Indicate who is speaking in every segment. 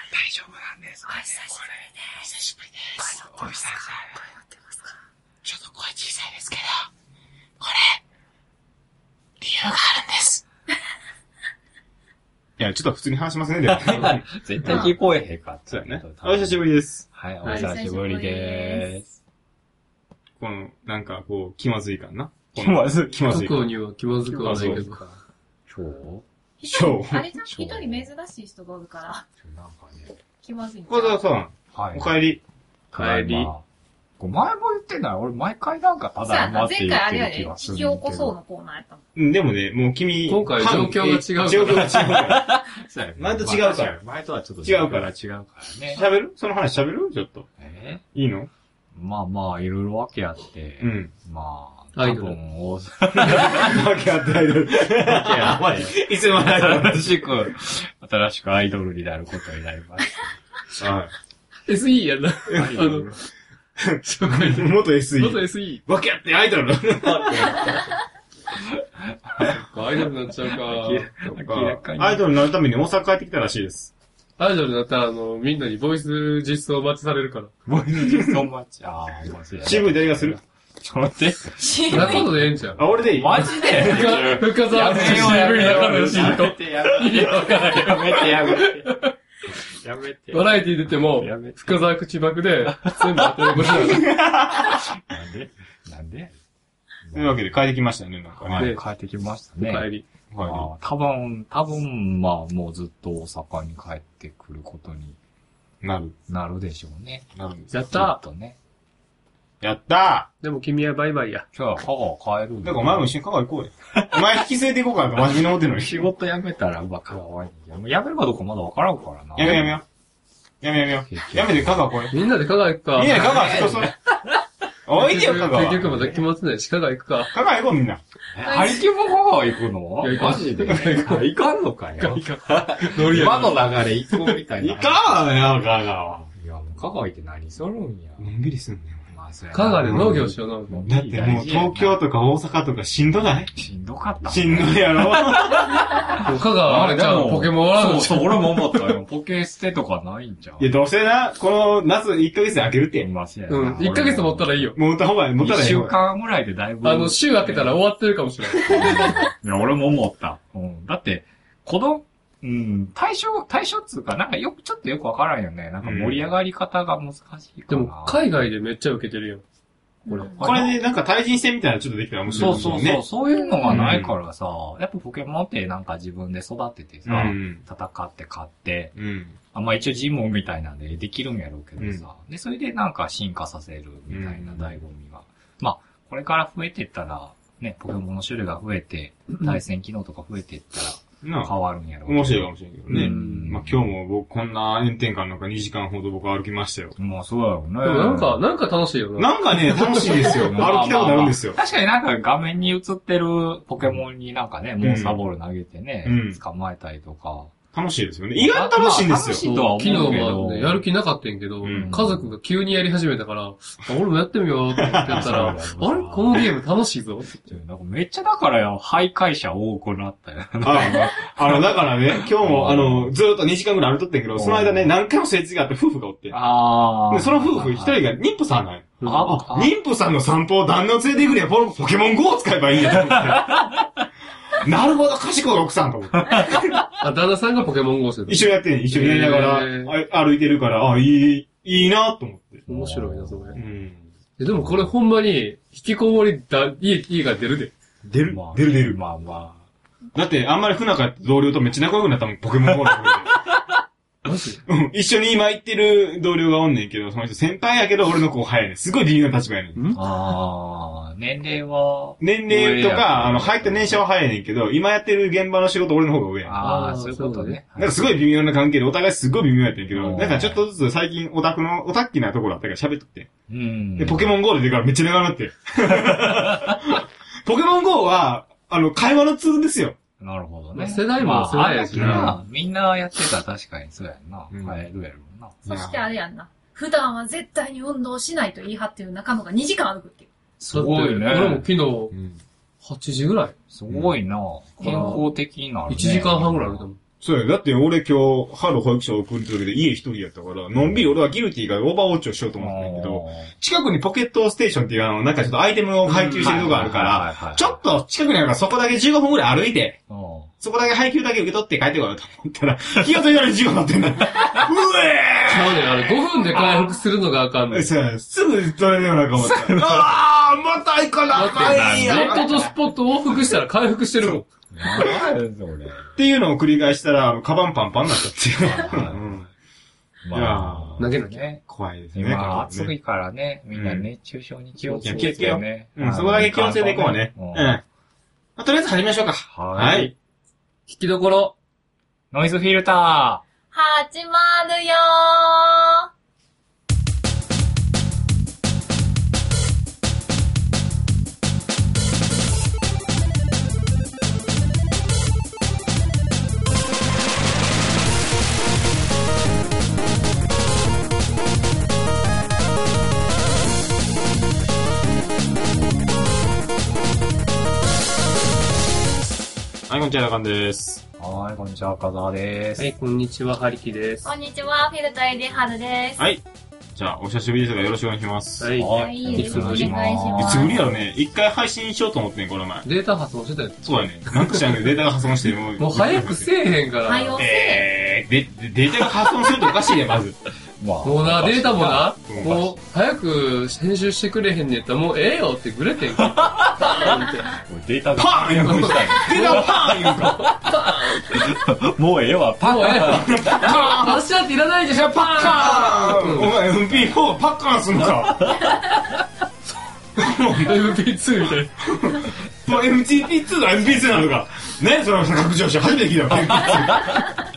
Speaker 1: です。お久しぶりです。久しぶりです。お久しぶり
Speaker 2: ってますか
Speaker 1: ちょっと声小さいですけど、これ、理由があるんです。
Speaker 3: いや、ちょっと普通に話しますね、でも。
Speaker 4: 絶対聞こえへんかった。
Speaker 3: そうやね。お久しぶりです。
Speaker 4: はい、お久しぶりでーす。
Speaker 3: この、なんか、こう、気まずい感な。この
Speaker 4: 気まずい
Speaker 3: 気まずい
Speaker 2: 特
Speaker 3: 感。
Speaker 2: には気まずくはないけど。
Speaker 4: 今日
Speaker 3: しょう
Speaker 5: あれじゃん
Speaker 4: しょう
Speaker 5: 一人珍しい人がおるから、
Speaker 4: なんかね。
Speaker 5: 気まずいんちゃ
Speaker 3: 小
Speaker 5: う
Speaker 3: 沢さん、
Speaker 4: はい。
Speaker 3: お帰り。
Speaker 4: ただいま
Speaker 2: 帰り。
Speaker 4: これ前も言ってない俺毎回なんかた
Speaker 5: そう
Speaker 4: だ
Speaker 5: や
Speaker 4: い
Speaker 5: な
Speaker 4: まっ
Speaker 5: 前回
Speaker 4: て言っ
Speaker 5: あ
Speaker 4: て
Speaker 5: れや
Speaker 4: る
Speaker 5: で、引
Speaker 4: 気が
Speaker 5: き
Speaker 4: するんだけど。
Speaker 5: 起こそうのコーナーやったもん。
Speaker 3: うんでもね、もう君、
Speaker 2: 今回
Speaker 3: 半
Speaker 2: 状況が違うから
Speaker 3: 状況が違うから。
Speaker 4: そうやね
Speaker 3: 前と違うから。
Speaker 4: 前とはちょっと
Speaker 3: 違うから
Speaker 4: 違うからね。
Speaker 3: 喋るその話喋るちょっと。
Speaker 4: え
Speaker 3: いいの
Speaker 4: ーまあまあ、いろいろわけあって。
Speaker 3: うん。
Speaker 4: まあ、
Speaker 2: ア
Speaker 4: 多
Speaker 2: イドル
Speaker 4: 分、大阪
Speaker 3: わけあってアイドル。
Speaker 4: まあ
Speaker 3: いつもないは
Speaker 4: 新しく、新しくアイドルになることになりまし
Speaker 3: い。
Speaker 2: SE やん な。
Speaker 4: た。アイドル
Speaker 2: そこに。
Speaker 3: 元
Speaker 2: 元
Speaker 3: SE。
Speaker 2: SE。
Speaker 3: わけあってアイドル。
Speaker 2: アイドルになっちゃう
Speaker 4: 明らかに。
Speaker 3: アイドルになるために大阪帰ってきたらしいです。
Speaker 2: か。アイドルになったら、あの、みんなにボイス実装待ちされるから。
Speaker 4: ボーイズ実装マッチ。ああ、面白い。
Speaker 3: 渋い誰がする
Speaker 4: ちょっと待って。
Speaker 2: そんなことでええんちゃう
Speaker 3: あ、俺でいい
Speaker 4: マジで
Speaker 2: 深澤深沢
Speaker 4: やめ
Speaker 2: さん、
Speaker 4: ようやめようや
Speaker 2: 中
Speaker 4: めよ
Speaker 2: の
Speaker 4: う
Speaker 2: シート。
Speaker 4: やめてやめてやめてやめて
Speaker 2: バラエティ出ても
Speaker 4: やめ、て
Speaker 2: 深沢口ばくで、全部当てることにな る。
Speaker 4: なんでなんで
Speaker 3: というわけで帰ってきましたね、なんか
Speaker 4: は
Speaker 3: ね。
Speaker 4: い、帰ってきました
Speaker 2: 帰
Speaker 4: ね。
Speaker 2: り。
Speaker 3: お帰り
Speaker 4: あー多分、多分、まあ、もうずっと大阪に帰ってくることに
Speaker 3: なる。
Speaker 4: なるでしょうね。
Speaker 3: なるんです。
Speaker 2: やっ
Speaker 4: ちょったとね。
Speaker 3: やった
Speaker 2: でも君はバイバイや。
Speaker 4: じゃあ、香川帰る
Speaker 3: ーだからお前も一緒に香川行こうよ。お前引き連れて行こうかなんか真面目なこと言うのに。
Speaker 4: 仕事辞めたら、まあ、香川に。辞めるかどうかまだわからんからな。
Speaker 3: やめようやめよう。やめようやめよう。やめて香川来いよ。
Speaker 2: みんなで香川行くか。
Speaker 3: みんなで香川人それ。おいでよ、香川。
Speaker 2: 結局まだ決まってないし、香川行くか。
Speaker 3: 香川行こうみんな。
Speaker 4: えハリキューも香川行くの
Speaker 2: いや行かん
Speaker 4: で行かんのかよ。
Speaker 2: ノリや
Speaker 4: 今の流れ行こうみたいな。
Speaker 3: かわよ、香川。
Speaker 4: いや、もう香川行って何するんや。
Speaker 3: のんびりすんね
Speaker 4: まあ、そやな
Speaker 2: 香川で農業しような。
Speaker 3: だってもう東京とか大阪とかしんどない
Speaker 4: しんどかったもん。
Speaker 3: しんどいやろ。
Speaker 2: もう香川、あれじゃん、ポケモンおらん
Speaker 4: そ
Speaker 2: の
Speaker 4: うそう、俺も思ったよ。ポケ捨てとかないんじゃん。
Speaker 3: いや、どうせな、この夏1ヶ月で開けるっ
Speaker 4: い
Speaker 3: て。
Speaker 4: ません。
Speaker 2: うん。1ヶ月持ったらいいよ。
Speaker 3: もう打った方がいい。持った
Speaker 4: 一
Speaker 3: らいい
Speaker 4: 週
Speaker 3: 方が
Speaker 4: 間ぐらいでだいぶ。
Speaker 2: あの、週明けたら終わってるかもしれない。
Speaker 4: いや、俺も思った。うん。だって、子供、うん、対象、対象っつうか、なんかよく、ちょっとよくわからんよね。なんか盛り上がり方が難しいかな。
Speaker 2: でも、海外でめっちゃ受けてるよ。
Speaker 4: これ
Speaker 5: うん
Speaker 3: これでなんか対人戦みたいなのちょっとできたら面白い
Speaker 4: そ
Speaker 3: か
Speaker 4: う
Speaker 3: もしれ
Speaker 4: そ
Speaker 3: な
Speaker 4: う
Speaker 3: いね。
Speaker 4: そう、そういうのがないからさ、やっぱポケモンってなんか自分で育ててさ、
Speaker 3: うん。
Speaker 4: 戦って買って、
Speaker 3: うん。
Speaker 4: あまあ一応ジモンみたいなんでできるんやろうけどさ、で、それでなんか進化させるみたいな
Speaker 3: うん
Speaker 4: 醍醐味が。まあ、これから増えてったら、ね、ポケモンの種類が増えて、対戦機能とか増えてった
Speaker 3: な
Speaker 4: ら変
Speaker 3: あ、
Speaker 4: わるんやろうけど
Speaker 3: 面白いかもしれんけどね。
Speaker 4: うん
Speaker 3: まあ今日も僕こんな炎天下の中2時間ほど僕歩きましたよ。
Speaker 4: もうそうだろうね。
Speaker 2: でもなんか、なんか楽しいよな。
Speaker 3: なんかね、楽しいですよ。
Speaker 4: まあまあまあ
Speaker 3: 歩きたくなるんですよ。
Speaker 4: 確かになんか画面に映ってるポケモンになんかね、モンスターボール投げてね、
Speaker 3: うん
Speaker 4: 捕まえたりとか。
Speaker 3: 楽しいですよね。意外と楽しいんで
Speaker 4: 楽
Speaker 3: す
Speaker 4: し
Speaker 3: よ。
Speaker 4: いとは思う
Speaker 2: 昨
Speaker 4: け
Speaker 2: 日
Speaker 4: ど
Speaker 2: はね、やる気なかったんやけど、
Speaker 3: うん
Speaker 2: 家族が急にやり始めたから、あ俺もやってみようって言ってやったら、あれ
Speaker 4: そうだよな
Speaker 2: このゲーム楽しいぞ。
Speaker 4: なんかめっちゃだからよ、徘徊者多くなったよ。
Speaker 3: ああの、だからね、今日も、あの、ずーっと2時間ぐらい歩いとったんやけ
Speaker 4: う
Speaker 3: ど、
Speaker 4: ん
Speaker 3: その間ね、何回もすれ違って夫婦がおって。
Speaker 4: あ
Speaker 3: で、その夫婦一人
Speaker 4: が、
Speaker 3: が妊婦さんなんや
Speaker 4: あ
Speaker 3: あ、妊婦さんの散歩を旦那を連れて行くにはポロポケモン GO を使えばいいんやと思って。なるほど、賢い奥さんと思って。
Speaker 2: あ、旦那さんがポケモン GO してた。
Speaker 3: 一緒にやってんねん一緒にやりながら
Speaker 2: へー
Speaker 3: あ歩いてるから、あ、いい、いいなと思って。
Speaker 2: 面白いな、それ
Speaker 3: う。ん。
Speaker 2: えでもこれほんまに、引きこもりだ、家、家が出るで。
Speaker 3: 出る
Speaker 4: まあ、
Speaker 3: 出る出る。
Speaker 4: まあま
Speaker 3: だって、あんまり不仲やった同僚とめっちゃ仲良くなったもん、ポケモン GO のおか
Speaker 2: マジ
Speaker 3: げでうん一緒に今行ってる同僚がおんねんけど、その人先輩やけど俺の後輩やねん。すごい微妙な立場やねん。
Speaker 4: あ。ああ、年齢は、
Speaker 3: 年齢
Speaker 4: 上
Speaker 3: と
Speaker 4: や
Speaker 3: か、あの、入った年少は早いねんけど、今やってる現場の仕事俺の方が上やねん。
Speaker 4: あ
Speaker 2: あ
Speaker 4: あ、
Speaker 2: ー
Speaker 4: そういうことね。
Speaker 3: なんかすごい微妙な関係で、お互いすごい微妙やったんやけ
Speaker 4: う
Speaker 3: ど、
Speaker 4: ん
Speaker 3: なんかちょっとずつ最近オタクの、オタッキーなところあったから喋っとって。
Speaker 4: うん。
Speaker 3: で、ポケモン GO で出てからめっちゃ長くなって。ポケモン GO は、あの、会話のツールですよ。
Speaker 4: なるほどね。
Speaker 2: 世代も世代やし
Speaker 3: な
Speaker 4: まああんだけなみんなやってたら確かにそうやんな。
Speaker 3: うん
Speaker 4: 変えるやろうな。
Speaker 5: そしてあれやんな。普段は絶対に運動しないと言い張ってる仲間が2時間歩くっていう。
Speaker 4: すごいね
Speaker 2: だって俺も昨日、
Speaker 3: うん。
Speaker 2: 8時ぐらい
Speaker 4: すごいな。健康的になる、ね。
Speaker 2: ?1 時間半ぐらい歩いたもん。
Speaker 3: そうや。だって俺今日、春保育所送る時で家一人やったから、のんびり俺はギルティがオーバーウォッチをしようと思ってたんやけど、近くにポケットステーションっていうあの、なんかちょっとアイテムを配給してるとこあるから、
Speaker 4: ら
Speaker 3: ちょっと近くにあるからそこだけ15分ぐらい歩いて、
Speaker 4: と、
Speaker 3: そこだけ配給だけ受け取って帰ってこようと思ったら、気が付いたら15になってんだ。う
Speaker 2: ちゃうねんあれ5分で回復するのがあかん
Speaker 3: え
Speaker 2: ね
Speaker 3: ー
Speaker 2: ん。
Speaker 3: そうやすぐ取れるようなか思った。ああまた行かな
Speaker 2: だ
Speaker 3: あ
Speaker 2: って
Speaker 3: かんや
Speaker 2: ネットとスポット往復したら回復してるもん。
Speaker 4: なんだよそれ。
Speaker 3: っていうのを繰り返したら、カバンパンパンになったっていう。
Speaker 4: はい
Speaker 3: うん
Speaker 4: まあ、
Speaker 2: 投げなきゃ。
Speaker 4: ね。
Speaker 3: 怖いですね。
Speaker 4: 今、
Speaker 3: これね
Speaker 4: 暑いからね、みんな熱中症に気をつけ
Speaker 3: いや気を
Speaker 4: て
Speaker 3: つけよう
Speaker 4: ね。
Speaker 3: うん、そこだけ気をつけていこうね。うん。まあとりあえず始めましょうか。
Speaker 4: うん
Speaker 3: は
Speaker 4: はい。
Speaker 3: い。
Speaker 2: 聞きどころ。
Speaker 4: ノイズフィルタ
Speaker 5: 始まるよ
Speaker 3: はい、こんにちは、ラカンです。
Speaker 4: ー。はーい、こんにちは、岡沢です。
Speaker 2: はい、こんにちは、はりきです。
Speaker 5: こんにちは、フィルターエディハルです。
Speaker 3: はい。じゃあ、お久しぶりですが、よろしくお願いします。
Speaker 2: はい。
Speaker 5: いい
Speaker 2: いです
Speaker 4: お願いしま
Speaker 5: お願いし
Speaker 3: い
Speaker 5: ます
Speaker 3: つぶりやろね。一回配信しようと思ってん、この前。
Speaker 2: データ破損してたよ。
Speaker 3: そうやね。なんか知らんけど、データが破損して、もう。
Speaker 2: もう早くせえへんか
Speaker 5: はよ
Speaker 2: ら。
Speaker 5: うせ
Speaker 3: えー、で、でデータが破損するっておかしいね、まず。
Speaker 4: まあ
Speaker 2: もうな、データも。な
Speaker 3: うん、
Speaker 2: もう早く編集してくれへんねやったらもうええよってくれてん から。バーンって。
Speaker 4: データが。
Speaker 3: パーン言うの。データがパーン言うの。
Speaker 4: もうええわ、パ
Speaker 2: もうええよ。パッシャっていらないでしょ、パ
Speaker 3: パーンお
Speaker 2: ーン
Speaker 3: 前、MP4 パッカーンすんのか。
Speaker 2: !MP2 みたいな。
Speaker 3: もう MTP2 だ、MP2 なのか。ねその拡張子、初めて聞いたわ。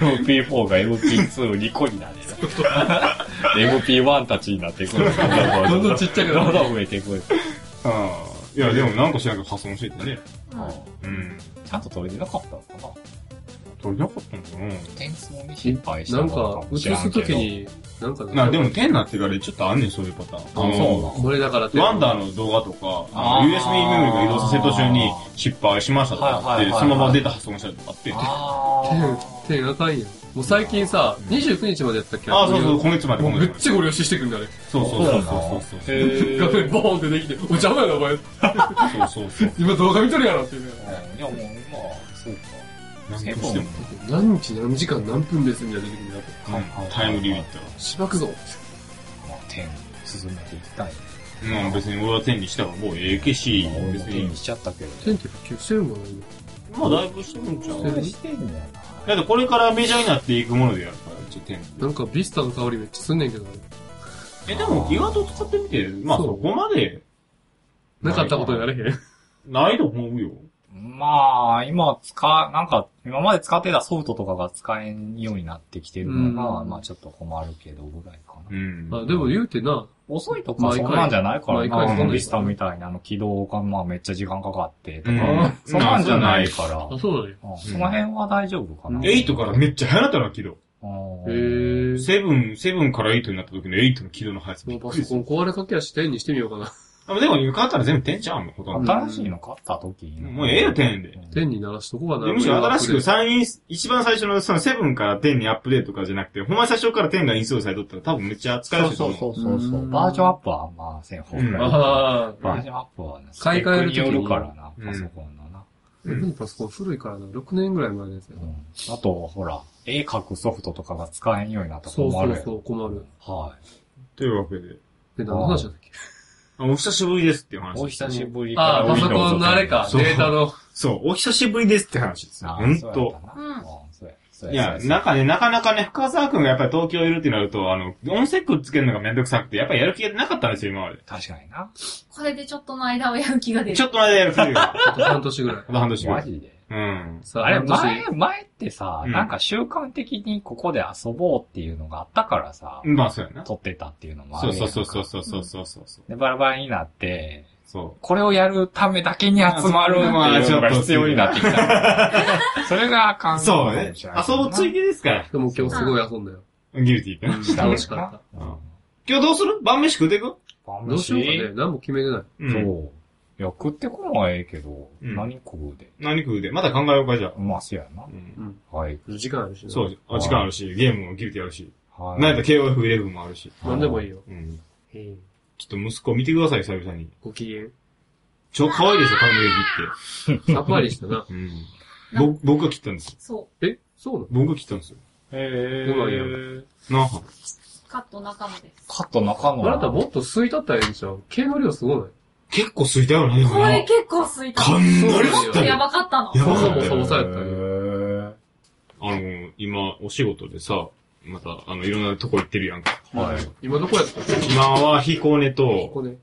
Speaker 4: MP4 が MP2 に個になる。MP1 たちになってくる。
Speaker 2: どんどんちっちゃくな
Speaker 4: ど
Speaker 2: る
Speaker 4: んどん増えてくる。
Speaker 3: あーいや、でもなんか知らんけど破損しててね。
Speaker 5: うん
Speaker 3: うん。
Speaker 4: ちゃんと取れてなかったのかな
Speaker 3: 取れなかったんだよ
Speaker 4: 点数に心配した
Speaker 2: な
Speaker 4: の
Speaker 2: んか
Speaker 4: か、も
Speaker 2: 映
Speaker 4: しれんけ
Speaker 2: す
Speaker 4: ど
Speaker 2: とき。に、なんかね、
Speaker 3: な、でも10になってからちょっとあんねん、そういうパターン。
Speaker 4: あ、そ
Speaker 2: これだからって。
Speaker 3: ワンダーの動画とか、
Speaker 4: あー
Speaker 3: USB メモリが移動させる途中に失敗しましたとかあっ
Speaker 4: はいはいはい
Speaker 3: て、
Speaker 4: はい
Speaker 3: そのままデータ破損したりとかあって
Speaker 4: うな。の。あー
Speaker 2: 手、手あかんやん。もう最近さ、29日までやったっけ
Speaker 3: ああ、そうそう、
Speaker 2: こ
Speaker 3: 今月ま
Speaker 2: う
Speaker 3: で、
Speaker 2: いうも
Speaker 3: 今
Speaker 2: うめっ
Speaker 3: 月まで。
Speaker 2: ちゃご了承してくんだね。
Speaker 3: そうそうそうそうそう。
Speaker 4: へー
Speaker 2: 画面ボーンってできて、お邪魔やな、お前。
Speaker 3: そうそうそう。
Speaker 2: 今動画見とるやろっていうね。
Speaker 4: うんいや、もう、まあ、そうか。
Speaker 3: なんとしても、
Speaker 2: 何日何時間何分ですみたいな出てくるや
Speaker 3: うんタイムリミットは。
Speaker 2: つ。しばくぞ。
Speaker 4: まあ、点、進めていきたい。
Speaker 3: まあ別に俺は10にしたからもうええけし、
Speaker 4: まあ俺
Speaker 3: 別
Speaker 4: も点
Speaker 3: に
Speaker 4: に。しちゃったけど。
Speaker 2: 天って普及してるもんね。
Speaker 3: まあだいぶしてるんちゃう
Speaker 4: してんだよな。
Speaker 3: だってこれからメジャーになっていくものでやるから、一応10。
Speaker 2: なんかビスタの香りめっちゃすんねんけどね。
Speaker 3: え、でも、ギガと使ってみて、まあ
Speaker 2: そう
Speaker 3: そこまで、
Speaker 2: なかったことになれへん。
Speaker 3: ないと思うよ。
Speaker 4: まあ、今使、なんか、今まで使ってたソフトとかが使えんようになってきてるのが、
Speaker 2: うん
Speaker 4: まあちょっと困るけど、ぐらいかな。
Speaker 3: ん
Speaker 2: まあでも言うてな、
Speaker 4: 遅いとか、
Speaker 2: 毎
Speaker 4: そ
Speaker 2: 回
Speaker 4: んなんじゃないから
Speaker 2: 毎回
Speaker 4: な、
Speaker 2: そんなんじゃない
Speaker 4: ビスタみたいなあの起動が、まあめっちゃ時間かかってと
Speaker 3: う
Speaker 4: か
Speaker 3: ん、
Speaker 4: そんなんじゃないから、
Speaker 2: あ、そうだね。
Speaker 4: うんその辺は大丈夫かな。
Speaker 2: うん
Speaker 3: 8からめっちゃ早なったな、起動。
Speaker 4: うん
Speaker 2: へえ。
Speaker 3: セブン、セブンから8になった時の8の起動の速さび
Speaker 2: も
Speaker 3: っ
Speaker 2: うパ
Speaker 3: くりです
Speaker 2: ソ
Speaker 3: る。
Speaker 2: コン壊れかけやし、天にしてみようかな。
Speaker 3: あでも、変わったら全部10ちゃうもん、ほとんど。
Speaker 4: 新しいの買った時に。
Speaker 3: もうええよ、10で。
Speaker 2: 天に鳴らしとこうかな。
Speaker 3: むしろ新しく
Speaker 2: さ。
Speaker 3: 三イン一番最初のそのセブンから10にアップデートとかじゃなくて、ほんまに最初から10がインストールされとったら多分めっちゃ使いや
Speaker 4: そう
Speaker 3: すいと
Speaker 4: そ
Speaker 3: 思
Speaker 4: う
Speaker 3: う。
Speaker 4: そうそうそうう。
Speaker 2: ん
Speaker 4: バージョンアップは、まあ1000本ぐらい。バ
Speaker 2: ああ。
Speaker 4: ージョンアップはね、
Speaker 2: 買い替える時に
Speaker 4: スペックによるからな、パソコンのな。
Speaker 2: 俺のパソコン古いからな、6年ぐらい前のやつやな。
Speaker 4: あと、ほら、絵描くソフトとかが使えんようになったら
Speaker 2: そう
Speaker 4: 困
Speaker 2: そ
Speaker 4: る
Speaker 2: う
Speaker 4: やん。
Speaker 2: そう、困る。
Speaker 4: はい。
Speaker 3: というわけで。
Speaker 2: で、何の話だったっけ
Speaker 3: あお久しぶりですっていう話
Speaker 4: お。久しぶり
Speaker 2: ああ、パソコンのあれか、
Speaker 3: そう
Speaker 2: データの。
Speaker 3: そう、お久しぶりですって話ですよ。ほんと。
Speaker 4: と
Speaker 3: いや、なんかね、なかなかね、深沢くんがやっぱり東京いるってなると、あの、音声くっつけるのがめんどくさくて、やっぱりやる気がなかったんですよ、今 まで。
Speaker 4: 確かにな。
Speaker 5: これでちょっとの間をやる気が出
Speaker 3: ちょ
Speaker 5: る。
Speaker 3: っとの間やる気が。
Speaker 2: あと半年ぐらい。
Speaker 3: あと半年ぐら
Speaker 4: マ
Speaker 3: い。
Speaker 4: ジで。
Speaker 3: うん。
Speaker 2: さ
Speaker 4: あれ、
Speaker 2: 半
Speaker 4: 前
Speaker 2: 年。、
Speaker 4: 前ってさ、
Speaker 3: うん
Speaker 4: なんか習慣的にここで遊ぼうっていうのがあったからさ、
Speaker 3: まあ、そうやな。
Speaker 4: 撮ってたっていうのもあ
Speaker 3: そ
Speaker 4: る
Speaker 3: う
Speaker 4: やん
Speaker 3: そ
Speaker 4: か
Speaker 3: うそうそうそうそうそうそうそう。
Speaker 4: で、バラバラになって、
Speaker 3: そ
Speaker 4: これをやるためだけに集まるっていうのが必要になってきた から。それがあか
Speaker 3: う。
Speaker 4: ん
Speaker 3: そうね。遊ぶつい
Speaker 4: て
Speaker 3: でですか
Speaker 2: でも今日すごい遊んだよ。
Speaker 3: ら。ギルティーってな。
Speaker 2: 楽しかっ
Speaker 3: うん今日どうする晩飯食うていく
Speaker 2: た。どうしようかね、何も決めてない。
Speaker 3: う
Speaker 4: そう。。いや、食ってこのはええけど、
Speaker 3: うん
Speaker 4: 何食うで。
Speaker 3: 何食うでまた考えようか、じゃあ。
Speaker 4: うまそうやな。
Speaker 3: うん
Speaker 2: うん。
Speaker 4: はい。
Speaker 2: 時間あるしな。
Speaker 3: そう、あ時間あるし、ゲームもギルティあるし、
Speaker 4: は
Speaker 3: なんやったら KOF11 もあるし。
Speaker 2: なんでもいいよ。
Speaker 3: うん。
Speaker 2: うん。
Speaker 3: ちょっと息子見てください、久々に。
Speaker 2: ご機嫌。
Speaker 3: 超可愛いでしょ、髪の毛
Speaker 2: さっぱりした な。
Speaker 3: 切って。うん。ぼ僕が切ったんです。
Speaker 5: そ
Speaker 2: えそうなの
Speaker 3: 僕が切ったんですよ。
Speaker 4: え
Speaker 2: うまいや
Speaker 4: ー。
Speaker 3: なあ。
Speaker 5: う。カット中野です。
Speaker 4: カット中野。
Speaker 2: あなたもっと吸いたったらええんちゃう毛の量すごない
Speaker 3: 結構すいたよね、でも
Speaker 5: こ
Speaker 3: な
Speaker 5: れ結構すいた。
Speaker 3: か
Speaker 5: も
Speaker 3: なり吸
Speaker 5: っ
Speaker 3: っ
Speaker 5: と
Speaker 3: た
Speaker 5: や
Speaker 3: よ。
Speaker 5: ばかったの。
Speaker 3: やば
Speaker 2: かった
Speaker 4: へー
Speaker 2: サボサボやったよ
Speaker 3: あの、今、お仕事でさ、また、あの、いろんなとこ行ってるやんか。
Speaker 4: はい。
Speaker 2: 今どこやったこ
Speaker 3: 今は彦根と、
Speaker 2: こね。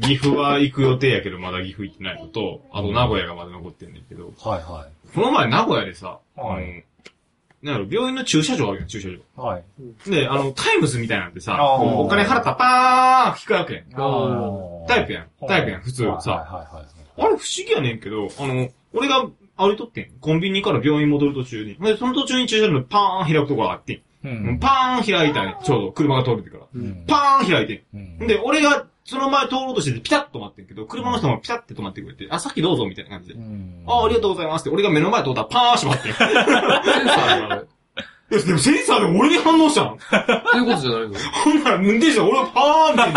Speaker 3: 岐阜は行く予定やけど、まだ岐阜行ってないのと、あと名古屋がまだ残ってんねんけど、
Speaker 4: はいはい。
Speaker 3: この前名古屋でさ、
Speaker 4: は
Speaker 3: あの、なんやろ、病院の駐車場あるやん、駐車
Speaker 4: はい。
Speaker 3: 場。で、あの、タイムズみたいなんてさ、
Speaker 4: あー
Speaker 3: こうお金払ったらパーン引くわけやん。
Speaker 2: あ
Speaker 3: タイプやん。タイプやん、普通
Speaker 4: はい
Speaker 3: さ。
Speaker 4: はいはい。
Speaker 3: あれ不思議やねんけど、あの、俺が歩いとってん。コンビニから病院戻る途中に。で、その途中に駐車場のパーン開くとこがあって
Speaker 4: う
Speaker 3: ん。もう。パーン開いたんやちょうど車が通るてから。
Speaker 2: うん。
Speaker 3: パーン開いて
Speaker 4: うん
Speaker 3: ん。で、俺がその前通ろうとしててピタッと止まってんけど、車の人もピタッて止まってくれて、あ、さっきどうぞみたいな感じで
Speaker 4: う。ん
Speaker 3: あ、ありがとうございますって、俺が目の前通ったらパーン閉まってん。
Speaker 2: センサーやなあれ。
Speaker 3: いやでもセンサーで俺に反応したの。
Speaker 2: ということじゃないの
Speaker 3: ほんなら、運転手が俺がパーンって。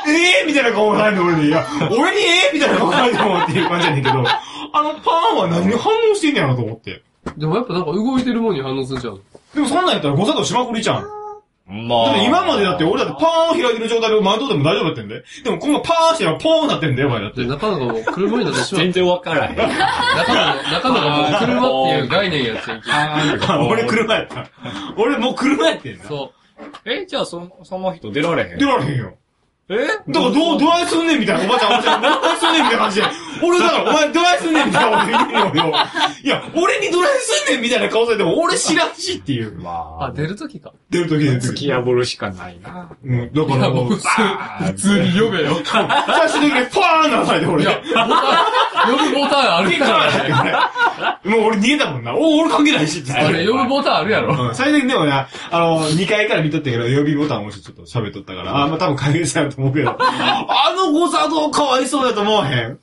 Speaker 3: ええみたいな顔がないの俺に。いや、俺にええみたいな顔がないと思うっていう感じやねんけど、あのパーンは何に反応してんねやろと思って。
Speaker 2: でもやっぱなんか動いてるもんに反応するじゃん。
Speaker 3: でもそんなんやったら誤作動しまくりじゃん。
Speaker 4: ま
Speaker 3: だって今までだって俺だってパーン開いてる状態で前通っても大丈夫だってんで。でも今後パーンしてやポーンなってんだよ、お前だって
Speaker 2: で、。中野がもう車になってしまう
Speaker 4: 全。然わからへん。
Speaker 2: 中野が、中野がもう車っていう概念やっちゃいけん
Speaker 3: あ 俺車やった。俺もう車やってんだ。
Speaker 2: そ
Speaker 4: え、じゃあその、その人出られへん
Speaker 3: 出られへんよ。
Speaker 4: え
Speaker 3: だからどう、どうやってすんねんみたいな、おばちゃん、おばちゃん、どうやってすんねんみたいな感じで、俺だから、お前どうやってすんねんみたいなこと言うのよ。いや、俺にどうやってすんねんみたいな顔されても、俺知らんしっていう。
Speaker 4: ま
Speaker 2: う。
Speaker 4: あ、
Speaker 2: あ、出るときか。
Speaker 3: 出るとき出ると
Speaker 4: 突
Speaker 3: き。
Speaker 4: き破るしかないな。
Speaker 3: うん、だか
Speaker 2: いや、
Speaker 3: ら
Speaker 2: も
Speaker 3: も
Speaker 2: う
Speaker 3: う、
Speaker 2: 普通、普通に呼べよ。
Speaker 3: 最終的にパーンなさいで、俺。
Speaker 2: いや、ボタン、呼ぶボタンある
Speaker 3: 結
Speaker 2: か
Speaker 3: 果
Speaker 2: ら。
Speaker 3: は ないもう俺逃げたもんな。お、俺関係ないしって。
Speaker 2: あれ、呼ぶボタンあるやろ。
Speaker 3: うん最終的にでもな、あの、2階から見とったけど、呼びボタンを押してちょっと喋っとったから、あ、まあ、多分解決されると思うけど、あの誤作動かわいそうやと思わへん。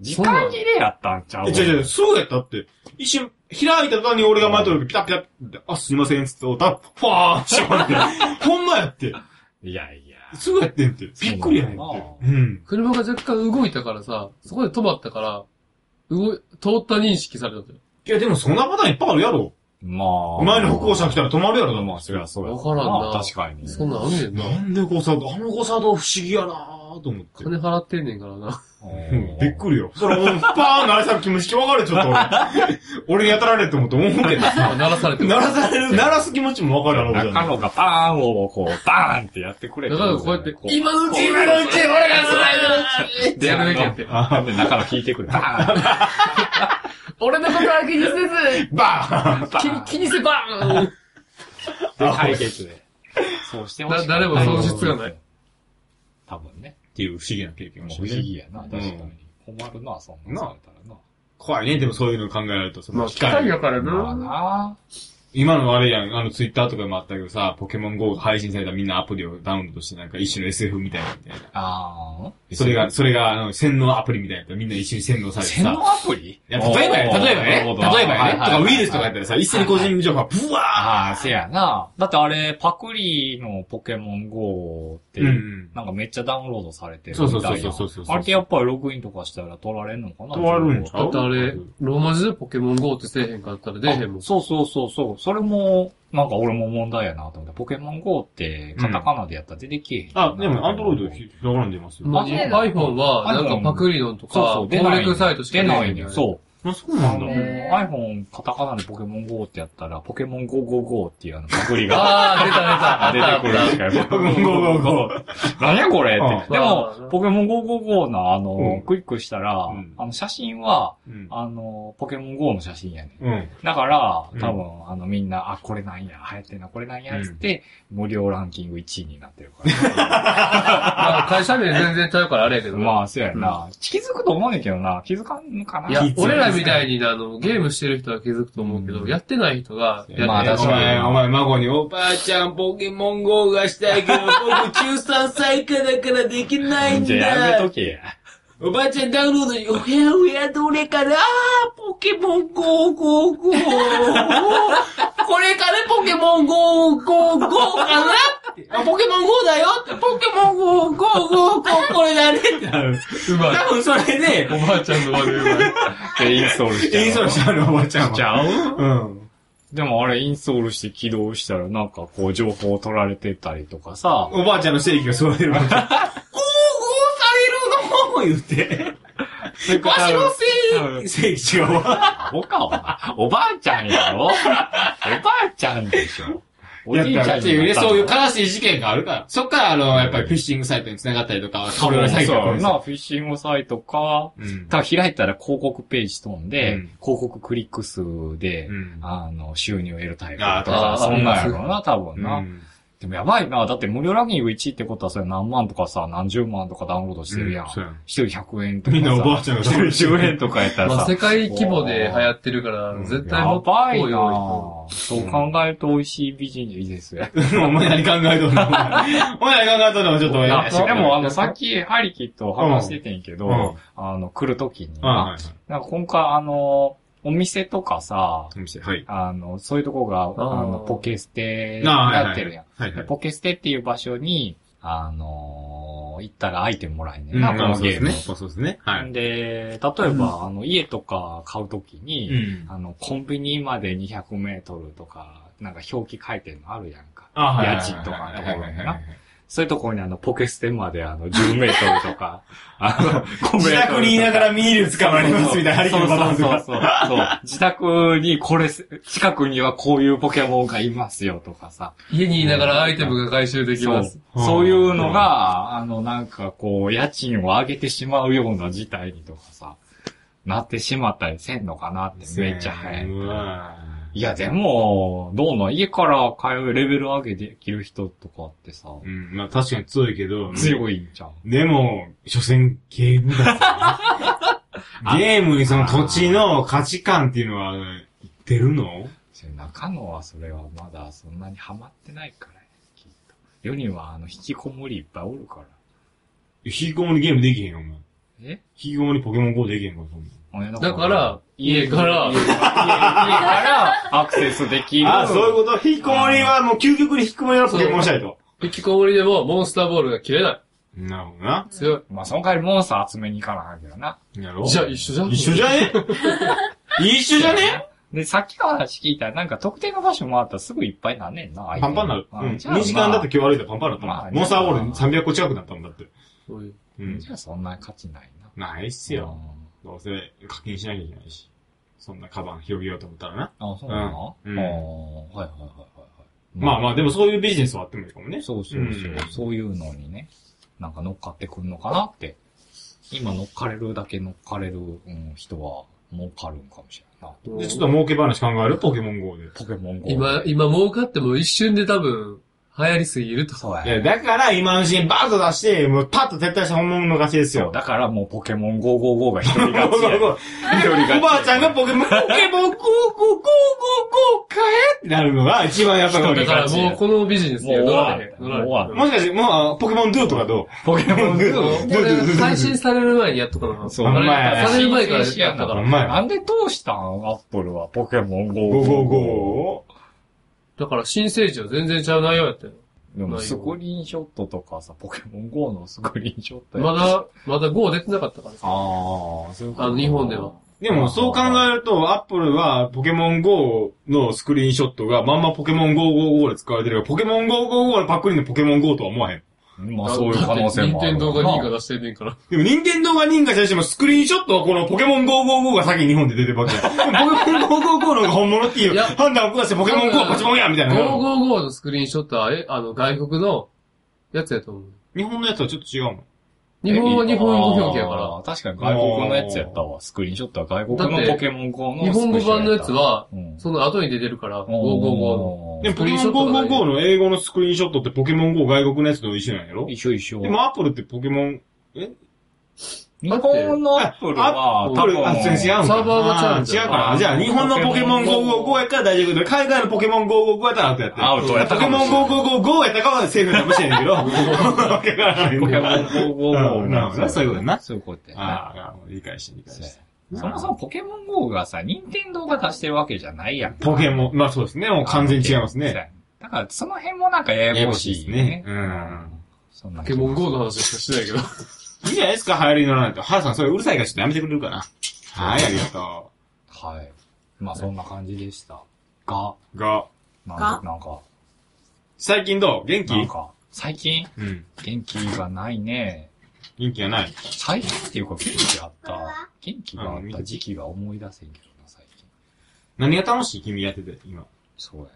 Speaker 4: 時間切れやったんちゃう
Speaker 3: え、違う違う、そうやったって。一瞬、開いた途端に俺が前通るピタピタって、あ、すいません、つって、おた、ファーンしまって。 ほんまやって。
Speaker 4: いやいや。
Speaker 3: すぐやってんって。びっくりやねん
Speaker 4: そう
Speaker 3: って
Speaker 4: なの。
Speaker 3: うん。
Speaker 2: 車が若干動いたからさ、そこで止まったから、動い、通った認識されたんだよ。
Speaker 3: いや、でもそんなパターンいっぱいあるやろ。
Speaker 4: まあ。
Speaker 3: 前の歩行者
Speaker 4: た
Speaker 3: 来たら止まるやろ、
Speaker 4: ま
Speaker 3: な
Speaker 4: あ、そりゃそうや。
Speaker 2: わからんな
Speaker 4: まあ確かに。
Speaker 2: そんなんあんねんな。
Speaker 3: なんで誤作動、あの誤作動不思議やなぁと思って。
Speaker 2: 金払ってんねんから な。
Speaker 3: うん、びっ
Speaker 4: り。
Speaker 3: くりよ。それ、もうパーンなれさっきも引き分かる、ちょっと 俺。俺にやたられって思うと思うけどさ。
Speaker 2: 鳴らされて
Speaker 3: 鳴らされる、鳴らす気持ちも分かるやろ、
Speaker 4: 中
Speaker 3: ゃ
Speaker 4: 野がパーンをこう、バーンってやってくれ
Speaker 2: だからこうやって、今のうち、今
Speaker 3: 今
Speaker 2: の
Speaker 3: の
Speaker 2: う
Speaker 3: う
Speaker 2: ち、
Speaker 3: ち
Speaker 2: 俺
Speaker 3: 俺
Speaker 2: が
Speaker 3: が
Speaker 2: ス
Speaker 3: ス
Speaker 2: ラ
Speaker 3: ラ
Speaker 2: イド
Speaker 3: イ
Speaker 2: ってやるべきやって。
Speaker 4: あで中野聞いてくる。バーン
Speaker 2: 俺のことは気にせず、
Speaker 3: バ
Speaker 4: バ
Speaker 2: 気
Speaker 4: ーン
Speaker 2: に、気にせばーン
Speaker 4: で解決で。そうしてほしい。
Speaker 2: だ誰も損失がない。
Speaker 4: 多分ね。
Speaker 3: ーンっていう不思議な経験
Speaker 4: も
Speaker 3: を
Speaker 4: う不
Speaker 3: して
Speaker 4: 思
Speaker 3: ね
Speaker 4: 議やな、確かに。困るな、そんなんされたらな。
Speaker 3: 怖いね、でもそういうの考えられると、そ
Speaker 2: ま
Speaker 3: の
Speaker 2: あ、機械やから
Speaker 4: まあ
Speaker 2: な。
Speaker 4: な
Speaker 3: 今のあれやん、あのツイッターとかでもあったけどさ、ポケモン GO が配信されたらみんなアプリをダウンロードしてなんか一種の SF みたいなみたいな。
Speaker 4: あー
Speaker 3: それが、それが、あの、洗脳アプリみたいなやったらみんな一緒に洗脳されて
Speaker 4: 洗
Speaker 3: さ。
Speaker 4: 脳アプリ
Speaker 3: いや、例えばや、例えばね、例えばね、とかウイルスとかやったらさ、一斉に個人情報がブワ
Speaker 4: ああ、せやな。だってあれ、パクリのポケモン GO って、
Speaker 3: ーうん。
Speaker 4: なんかめっちゃダウンロードされてる
Speaker 3: そう
Speaker 4: み
Speaker 3: そ
Speaker 4: た
Speaker 3: う
Speaker 4: いな。
Speaker 3: そうそうそうそうそう
Speaker 4: あれってやっぱりログインとかしたら取られんのかな
Speaker 3: 取られるんちゃ
Speaker 2: だ
Speaker 3: う
Speaker 2: ってあれ、ローマ字でポケモン GO ってせえへんかったら出えへんもん。
Speaker 4: そうそうそうそう。それも、なんか俺も問題やなと思って。ポケモン GO って、カタカナでやったら出てきえへん。
Speaker 3: あ、でも、アンドロイド、だから出ますよ。
Speaker 2: まあ、
Speaker 4: あ
Speaker 5: そうな
Speaker 2: iPhone は、なんかパクリドンと
Speaker 4: そう
Speaker 2: か、
Speaker 4: そ
Speaker 2: 攻
Speaker 4: う、出ない。
Speaker 2: 略サイトしか
Speaker 4: 出ないんだ
Speaker 2: よ
Speaker 4: よ。そう。
Speaker 3: あ、そう
Speaker 4: あ
Speaker 3: なん
Speaker 4: の、
Speaker 3: だ。
Speaker 5: へー
Speaker 4: iPhone カタカナでポケモン GO ってやったら、ポケモン555っていうあの、パクリが
Speaker 2: あー、
Speaker 4: 出
Speaker 2: 出た
Speaker 4: て
Speaker 2: 出
Speaker 4: くる
Speaker 2: た。あっ
Speaker 4: し かない。
Speaker 3: ポケモン GO
Speaker 4: 何やこれっ
Speaker 3: う
Speaker 4: て。で
Speaker 2: ま
Speaker 4: も
Speaker 2: あ、
Speaker 4: ポケモン555のあ
Speaker 3: う
Speaker 4: の
Speaker 3: ん、
Speaker 4: クリックしたら
Speaker 3: うん、
Speaker 4: あの、写真は、
Speaker 3: うん。
Speaker 4: あの、ポケモン GO の写真やねん。
Speaker 3: うん。
Speaker 4: だから、
Speaker 3: うん
Speaker 4: 多分、あの、みんな、あ、これなんや、流行ってんな、これなんや、つって、無料ランキング1位になってる から。
Speaker 2: たまあ会社名全然ちゃうからあれやけどな。
Speaker 4: まあ、そうやな。気づくと思うねんけどな。気づかんのかないい
Speaker 2: や
Speaker 3: 気づ、いて
Speaker 2: 俺らみたいになあの、ゲームしてる人は気づくと思うけど、
Speaker 4: うん
Speaker 2: やってない人が、やって
Speaker 4: まあ確
Speaker 3: お
Speaker 4: かに
Speaker 3: 前、お前、孫に、お
Speaker 1: ばあちゃん、ポケモン GO がしたいけど、僕13歳以下だからできないん
Speaker 4: じゃあやめ
Speaker 1: だ。
Speaker 4: とけや。
Speaker 1: おばあちゃんダウンロードに、おやおやどれかなポケモン GO!GO!GO! これからポケモン GO!GO!GO! かなってあポケモン GO だよってポケモン GO!GO!GO! これだねっ てなる。
Speaker 4: うまい。
Speaker 1: 多分それで、
Speaker 2: おばあちゃんの悪い わ。
Speaker 4: で、インストールしちゃう。
Speaker 3: インストールしちゃうの、おばあちゃん
Speaker 4: しち
Speaker 3: は。
Speaker 4: ゃう
Speaker 3: うん。
Speaker 4: でもあれインストールして起動したらなんかこう情報を取られてたりとかさ、
Speaker 3: おばあちゃんの正義がそうれるわけ。
Speaker 1: ゴーゴーされるの言って。わしのせい
Speaker 3: 正義違うわ。
Speaker 4: おかお前おばあちゃんやろおばあちゃんでしょおじい
Speaker 3: い
Speaker 4: ち
Speaker 3: や
Speaker 4: ゃんになったの
Speaker 1: っていうね、そういう悲しい事件があるから。そっから、あの、やっぱりフィッシングサイトに繋がったりとか、
Speaker 4: そう
Speaker 1: の
Speaker 4: そう
Speaker 1: 詐欺が来るんですよ
Speaker 4: な、フィッシングサイトか、
Speaker 3: うん
Speaker 4: ただ開いたら広告ページ飛んで、
Speaker 3: うん
Speaker 4: 広告クリック数で、
Speaker 3: うん
Speaker 4: あの、収入を得るタイプと
Speaker 3: あーと
Speaker 4: か
Speaker 2: か、
Speaker 4: そんなんやろな、多分な。
Speaker 3: うん
Speaker 4: でもやばいな。だって無料ランキング1位ってことはそれ何万とかさ、何十万とかダウンロードしてるやん。
Speaker 3: うんそうやん
Speaker 4: 一人100円とかさ。
Speaker 3: みんなおばあちゃんがして るし
Speaker 4: 10円とかやったら
Speaker 2: まあ、
Speaker 4: さ。
Speaker 2: 世界規模で流行ってるから、絶対
Speaker 4: や
Speaker 2: もっと
Speaker 4: ばいな
Speaker 2: 多
Speaker 4: そう考えると美味しい美人いいですよ。
Speaker 3: お前何考えとん のお前何考えとんのちょっとやら
Speaker 4: あ
Speaker 3: してく
Speaker 4: で
Speaker 3: れ
Speaker 4: もあの、さっき、ハリキと話しててんけど、
Speaker 3: うん
Speaker 4: あの、来るときに、
Speaker 3: はいはいはい。
Speaker 4: なんか今回あの、お店とかさ、
Speaker 3: お店、はい。
Speaker 4: あの、そういうとこが、あ
Speaker 2: ー
Speaker 4: の、ポケステ
Speaker 3: あーはいはい
Speaker 4: やってるやん。
Speaker 3: はいは
Speaker 4: で
Speaker 3: い。
Speaker 4: ポケステっていう場所に、あのー行ったらアイテムもらえね
Speaker 3: うんん
Speaker 4: な、こ
Speaker 3: まあ
Speaker 4: の
Speaker 3: そうで
Speaker 4: ゲ
Speaker 3: す
Speaker 4: ーム
Speaker 3: ね。。そうですね。はい。
Speaker 4: で、例えば、あの、家とか買うとき
Speaker 3: う
Speaker 4: に、
Speaker 3: ん。
Speaker 4: あの、コンビニまで200メートルとか、なんか表記書いてるのあるやんか。
Speaker 3: あはいはい
Speaker 4: 家賃とかのところにな
Speaker 3: はいはいはい
Speaker 4: そういうところにあの、ポケステまであの、10メートルと か、あの、5メートルとか。
Speaker 3: 自宅にいながらミール捕まりますみたいな、ハリケーンパターンと
Speaker 4: そう
Speaker 3: か。
Speaker 4: そうそうそうそう。自宅にこれ、近くにはこういうポケモンがいますよとかさ。
Speaker 2: い。家にいながらアイテムが回収でき
Speaker 4: そ
Speaker 2: ま
Speaker 4: う
Speaker 2: す。。
Speaker 3: うん
Speaker 4: そういうのが、あの、なんかこう、家賃を上げてしまうような事態にとかさ、なってしまったりせんのかなってめっちゃ早い。
Speaker 3: うわ
Speaker 4: いや、でも、どうなん家から通うレベル上げできる人とかってさ、
Speaker 3: うん、まあ確かに強いけど。い。
Speaker 4: 強いんじゃん。
Speaker 3: でも、所詮ゲームだ からねゲームにその土地の価値観っていうのは、言ってるの
Speaker 4: それ中野はそれはまだそんなにハマってないからね、きっと。世にはあの、引きこもりいっぱいおるから。
Speaker 3: 引きこもりゲームできへんよ、お前。引
Speaker 4: え
Speaker 3: きこもりポケモン GO できへんから、そんな
Speaker 2: だから、家から
Speaker 4: 家、 からアクセスできる。
Speaker 3: あ、そういうこと引きこもりはもう究極に引きこもりのポケモンしたいと。
Speaker 2: 引きこもりでもモンスターボールが切れない。
Speaker 3: なるほどな。
Speaker 2: 強い。
Speaker 4: まあ、その代わりモンスター集めに行かなあかんけどな。
Speaker 3: やろ
Speaker 2: じゃあ一緒じゃん
Speaker 3: 一緒じゃね一緒じゃね
Speaker 4: で、さっきの話聞いたら、なんか特定の場所回ったらすぐいっぱいなんねんな。
Speaker 3: パンパンになる。う
Speaker 4: あ
Speaker 3: ん。
Speaker 4: じゃあ
Speaker 3: 2時間
Speaker 4: ま
Speaker 3: だっ
Speaker 4: あ
Speaker 3: て今日歩いたらパンパンだった
Speaker 4: ま
Speaker 3: も
Speaker 4: あ
Speaker 3: ん。モンスターボール300個近くなったもんだって。
Speaker 2: そういう
Speaker 3: うん。
Speaker 4: じゃあそんな価値ないな。
Speaker 3: ないっすよ。どうせ課金しなきゃいけないし。そんなカバン広げようと思ったらな。
Speaker 4: うん。あ、そうなの
Speaker 3: うん
Speaker 4: あーはいはいはいはい。
Speaker 3: まあまあ、でもそういうビジネスはあってもいいかもね。
Speaker 4: そうそうそう、
Speaker 3: うん
Speaker 4: そういうのにね、なんか乗っかってくんのかなって。今乗っかれるだけ乗っかれる、うん、人は儲かるんかもしれないな。
Speaker 3: で、ちょっと儲け話考えるポケモン GO で。
Speaker 4: ポケモン GO。
Speaker 2: 今、今儲かっても一瞬で多分、流行りすぎると。
Speaker 4: そう
Speaker 3: い
Speaker 4: や。
Speaker 3: や、だから今のシーンバーッと出して、もうパッと撤退した本物の勝ちです
Speaker 4: そう、
Speaker 3: よ。
Speaker 4: だからもうポケモン GOGOGO が一人勝ち や。一人勝ち。
Speaker 3: おばあちゃんがポケモン、ポケモン GO、GO、GO、GO、GO 買えってなるのが一番やっぱり
Speaker 2: だからもうこのビジネス
Speaker 4: もう
Speaker 2: で
Speaker 4: 終
Speaker 2: 乗
Speaker 4: わ
Speaker 2: ら
Speaker 4: っ
Speaker 2: れへん。
Speaker 4: た。も
Speaker 2: 乗
Speaker 4: う
Speaker 2: られへん
Speaker 4: 終わっ
Speaker 3: もしかして、もうあの、ポケモンドゥとかど
Speaker 4: た。ポケモン
Speaker 2: こ
Speaker 4: GO。
Speaker 2: れ配信される前にやっとかな。
Speaker 4: そう
Speaker 3: ほんまや
Speaker 2: あれされる前からや
Speaker 4: や
Speaker 2: っ
Speaker 4: った
Speaker 2: た
Speaker 4: か。
Speaker 2: からら。
Speaker 3: ほんまや
Speaker 4: なんでどうしたんアップルはポケモン
Speaker 3: う ?555
Speaker 4: GOGOGO。
Speaker 3: を
Speaker 2: だから新生児は全然ちゃう内容やったよ。
Speaker 4: でもスクリーンショットとかさ、ポケモン GO のスクリーンショットや
Speaker 2: まだ、まだ GO 出てなかったからさ。
Speaker 4: ああ、そういうこと
Speaker 2: あの日本では。
Speaker 3: でも、そう考えると、アップルは、ポケモン GO のスクリーンショットが、まんまポケモン GOGOGO で使われてるから、ポケモン GOGOGO のパクリのポケモン GO とは思わへん。
Speaker 4: まあそういう可能性もある。
Speaker 2: 任天堂が2位が出してんねんから。
Speaker 3: でも、任天堂が認可したにしても、スクリーンショットはこのポケモン GOGOGO が先に日本で出てるわけや。ポケモン GOGOGO の方が本物ってい
Speaker 2: いうや
Speaker 3: 判断を下して、ポケモン GO パチモンやみたいな。
Speaker 2: 555のスクリーンショットは、え、あの、外国のやつやと思う。
Speaker 3: 日本のやつはちょっと違うもん。
Speaker 2: 日本は日本語表記や
Speaker 4: あ
Speaker 2: か
Speaker 4: ー。確かに外国のやつやったわ。スクリーンショットは外国のポケモン GO の
Speaker 2: ら。日本語版のやつは
Speaker 4: う、ん、
Speaker 2: その後に出てるから、555の。
Speaker 4: おー
Speaker 3: でも、ポケモン GOGOGO の英語のスクリーンショットってポケモン GO 外国のやつと一緒なんやろ
Speaker 4: 一緒一緒。
Speaker 3: でも、アップルってポケモン、え
Speaker 4: 日本のアップルは、多分、
Speaker 3: あそれ違うんか
Speaker 2: サーバーがちゃうんじゃん
Speaker 3: あ違うから。じゃあ、日本のポケモン GO55 やったら大丈夫だけど、海外のポケモン GO55 やったらアウトやって。
Speaker 4: アウトやった
Speaker 3: ポケ
Speaker 4: かも
Speaker 3: モン
Speaker 4: しれない
Speaker 3: GO555 やったかはセーフかもしれないけど。わからんけど
Speaker 4: ポケモン GO
Speaker 3: う
Speaker 4: GO
Speaker 3: んなるほどそういうことやな
Speaker 4: そういうことやな。
Speaker 3: ああなるほど、理解して理解して。
Speaker 4: そもそもポケモン GO がさ、任天堂が出してるわけじゃないやん。
Speaker 3: ポケモン、まあそうですね。もう完全に違いますね。。
Speaker 4: だから、その辺もなんかややこしいよね。
Speaker 3: ややこ
Speaker 4: そんな
Speaker 2: ポ
Speaker 4: 気
Speaker 2: ケ
Speaker 4: が
Speaker 2: モン GO の話しかしてない けど。
Speaker 3: いいじゃないですか、流行りのなんて。原さん、それうるさいからちょっとやめてくれるかな。はい、ありがと
Speaker 4: はい。まあ、そんな感じでした。が、
Speaker 3: う。が、
Speaker 4: なんか、なんか、
Speaker 3: 最近どう元気
Speaker 4: なんか、最近、
Speaker 3: うん。
Speaker 4: 元気がないね。
Speaker 3: 元気がない。
Speaker 4: 最近っていうか、元気あった。元気があった時期が思い出せんけどな、最近。
Speaker 3: 何が楽しい君やってて、今。
Speaker 4: そうやね。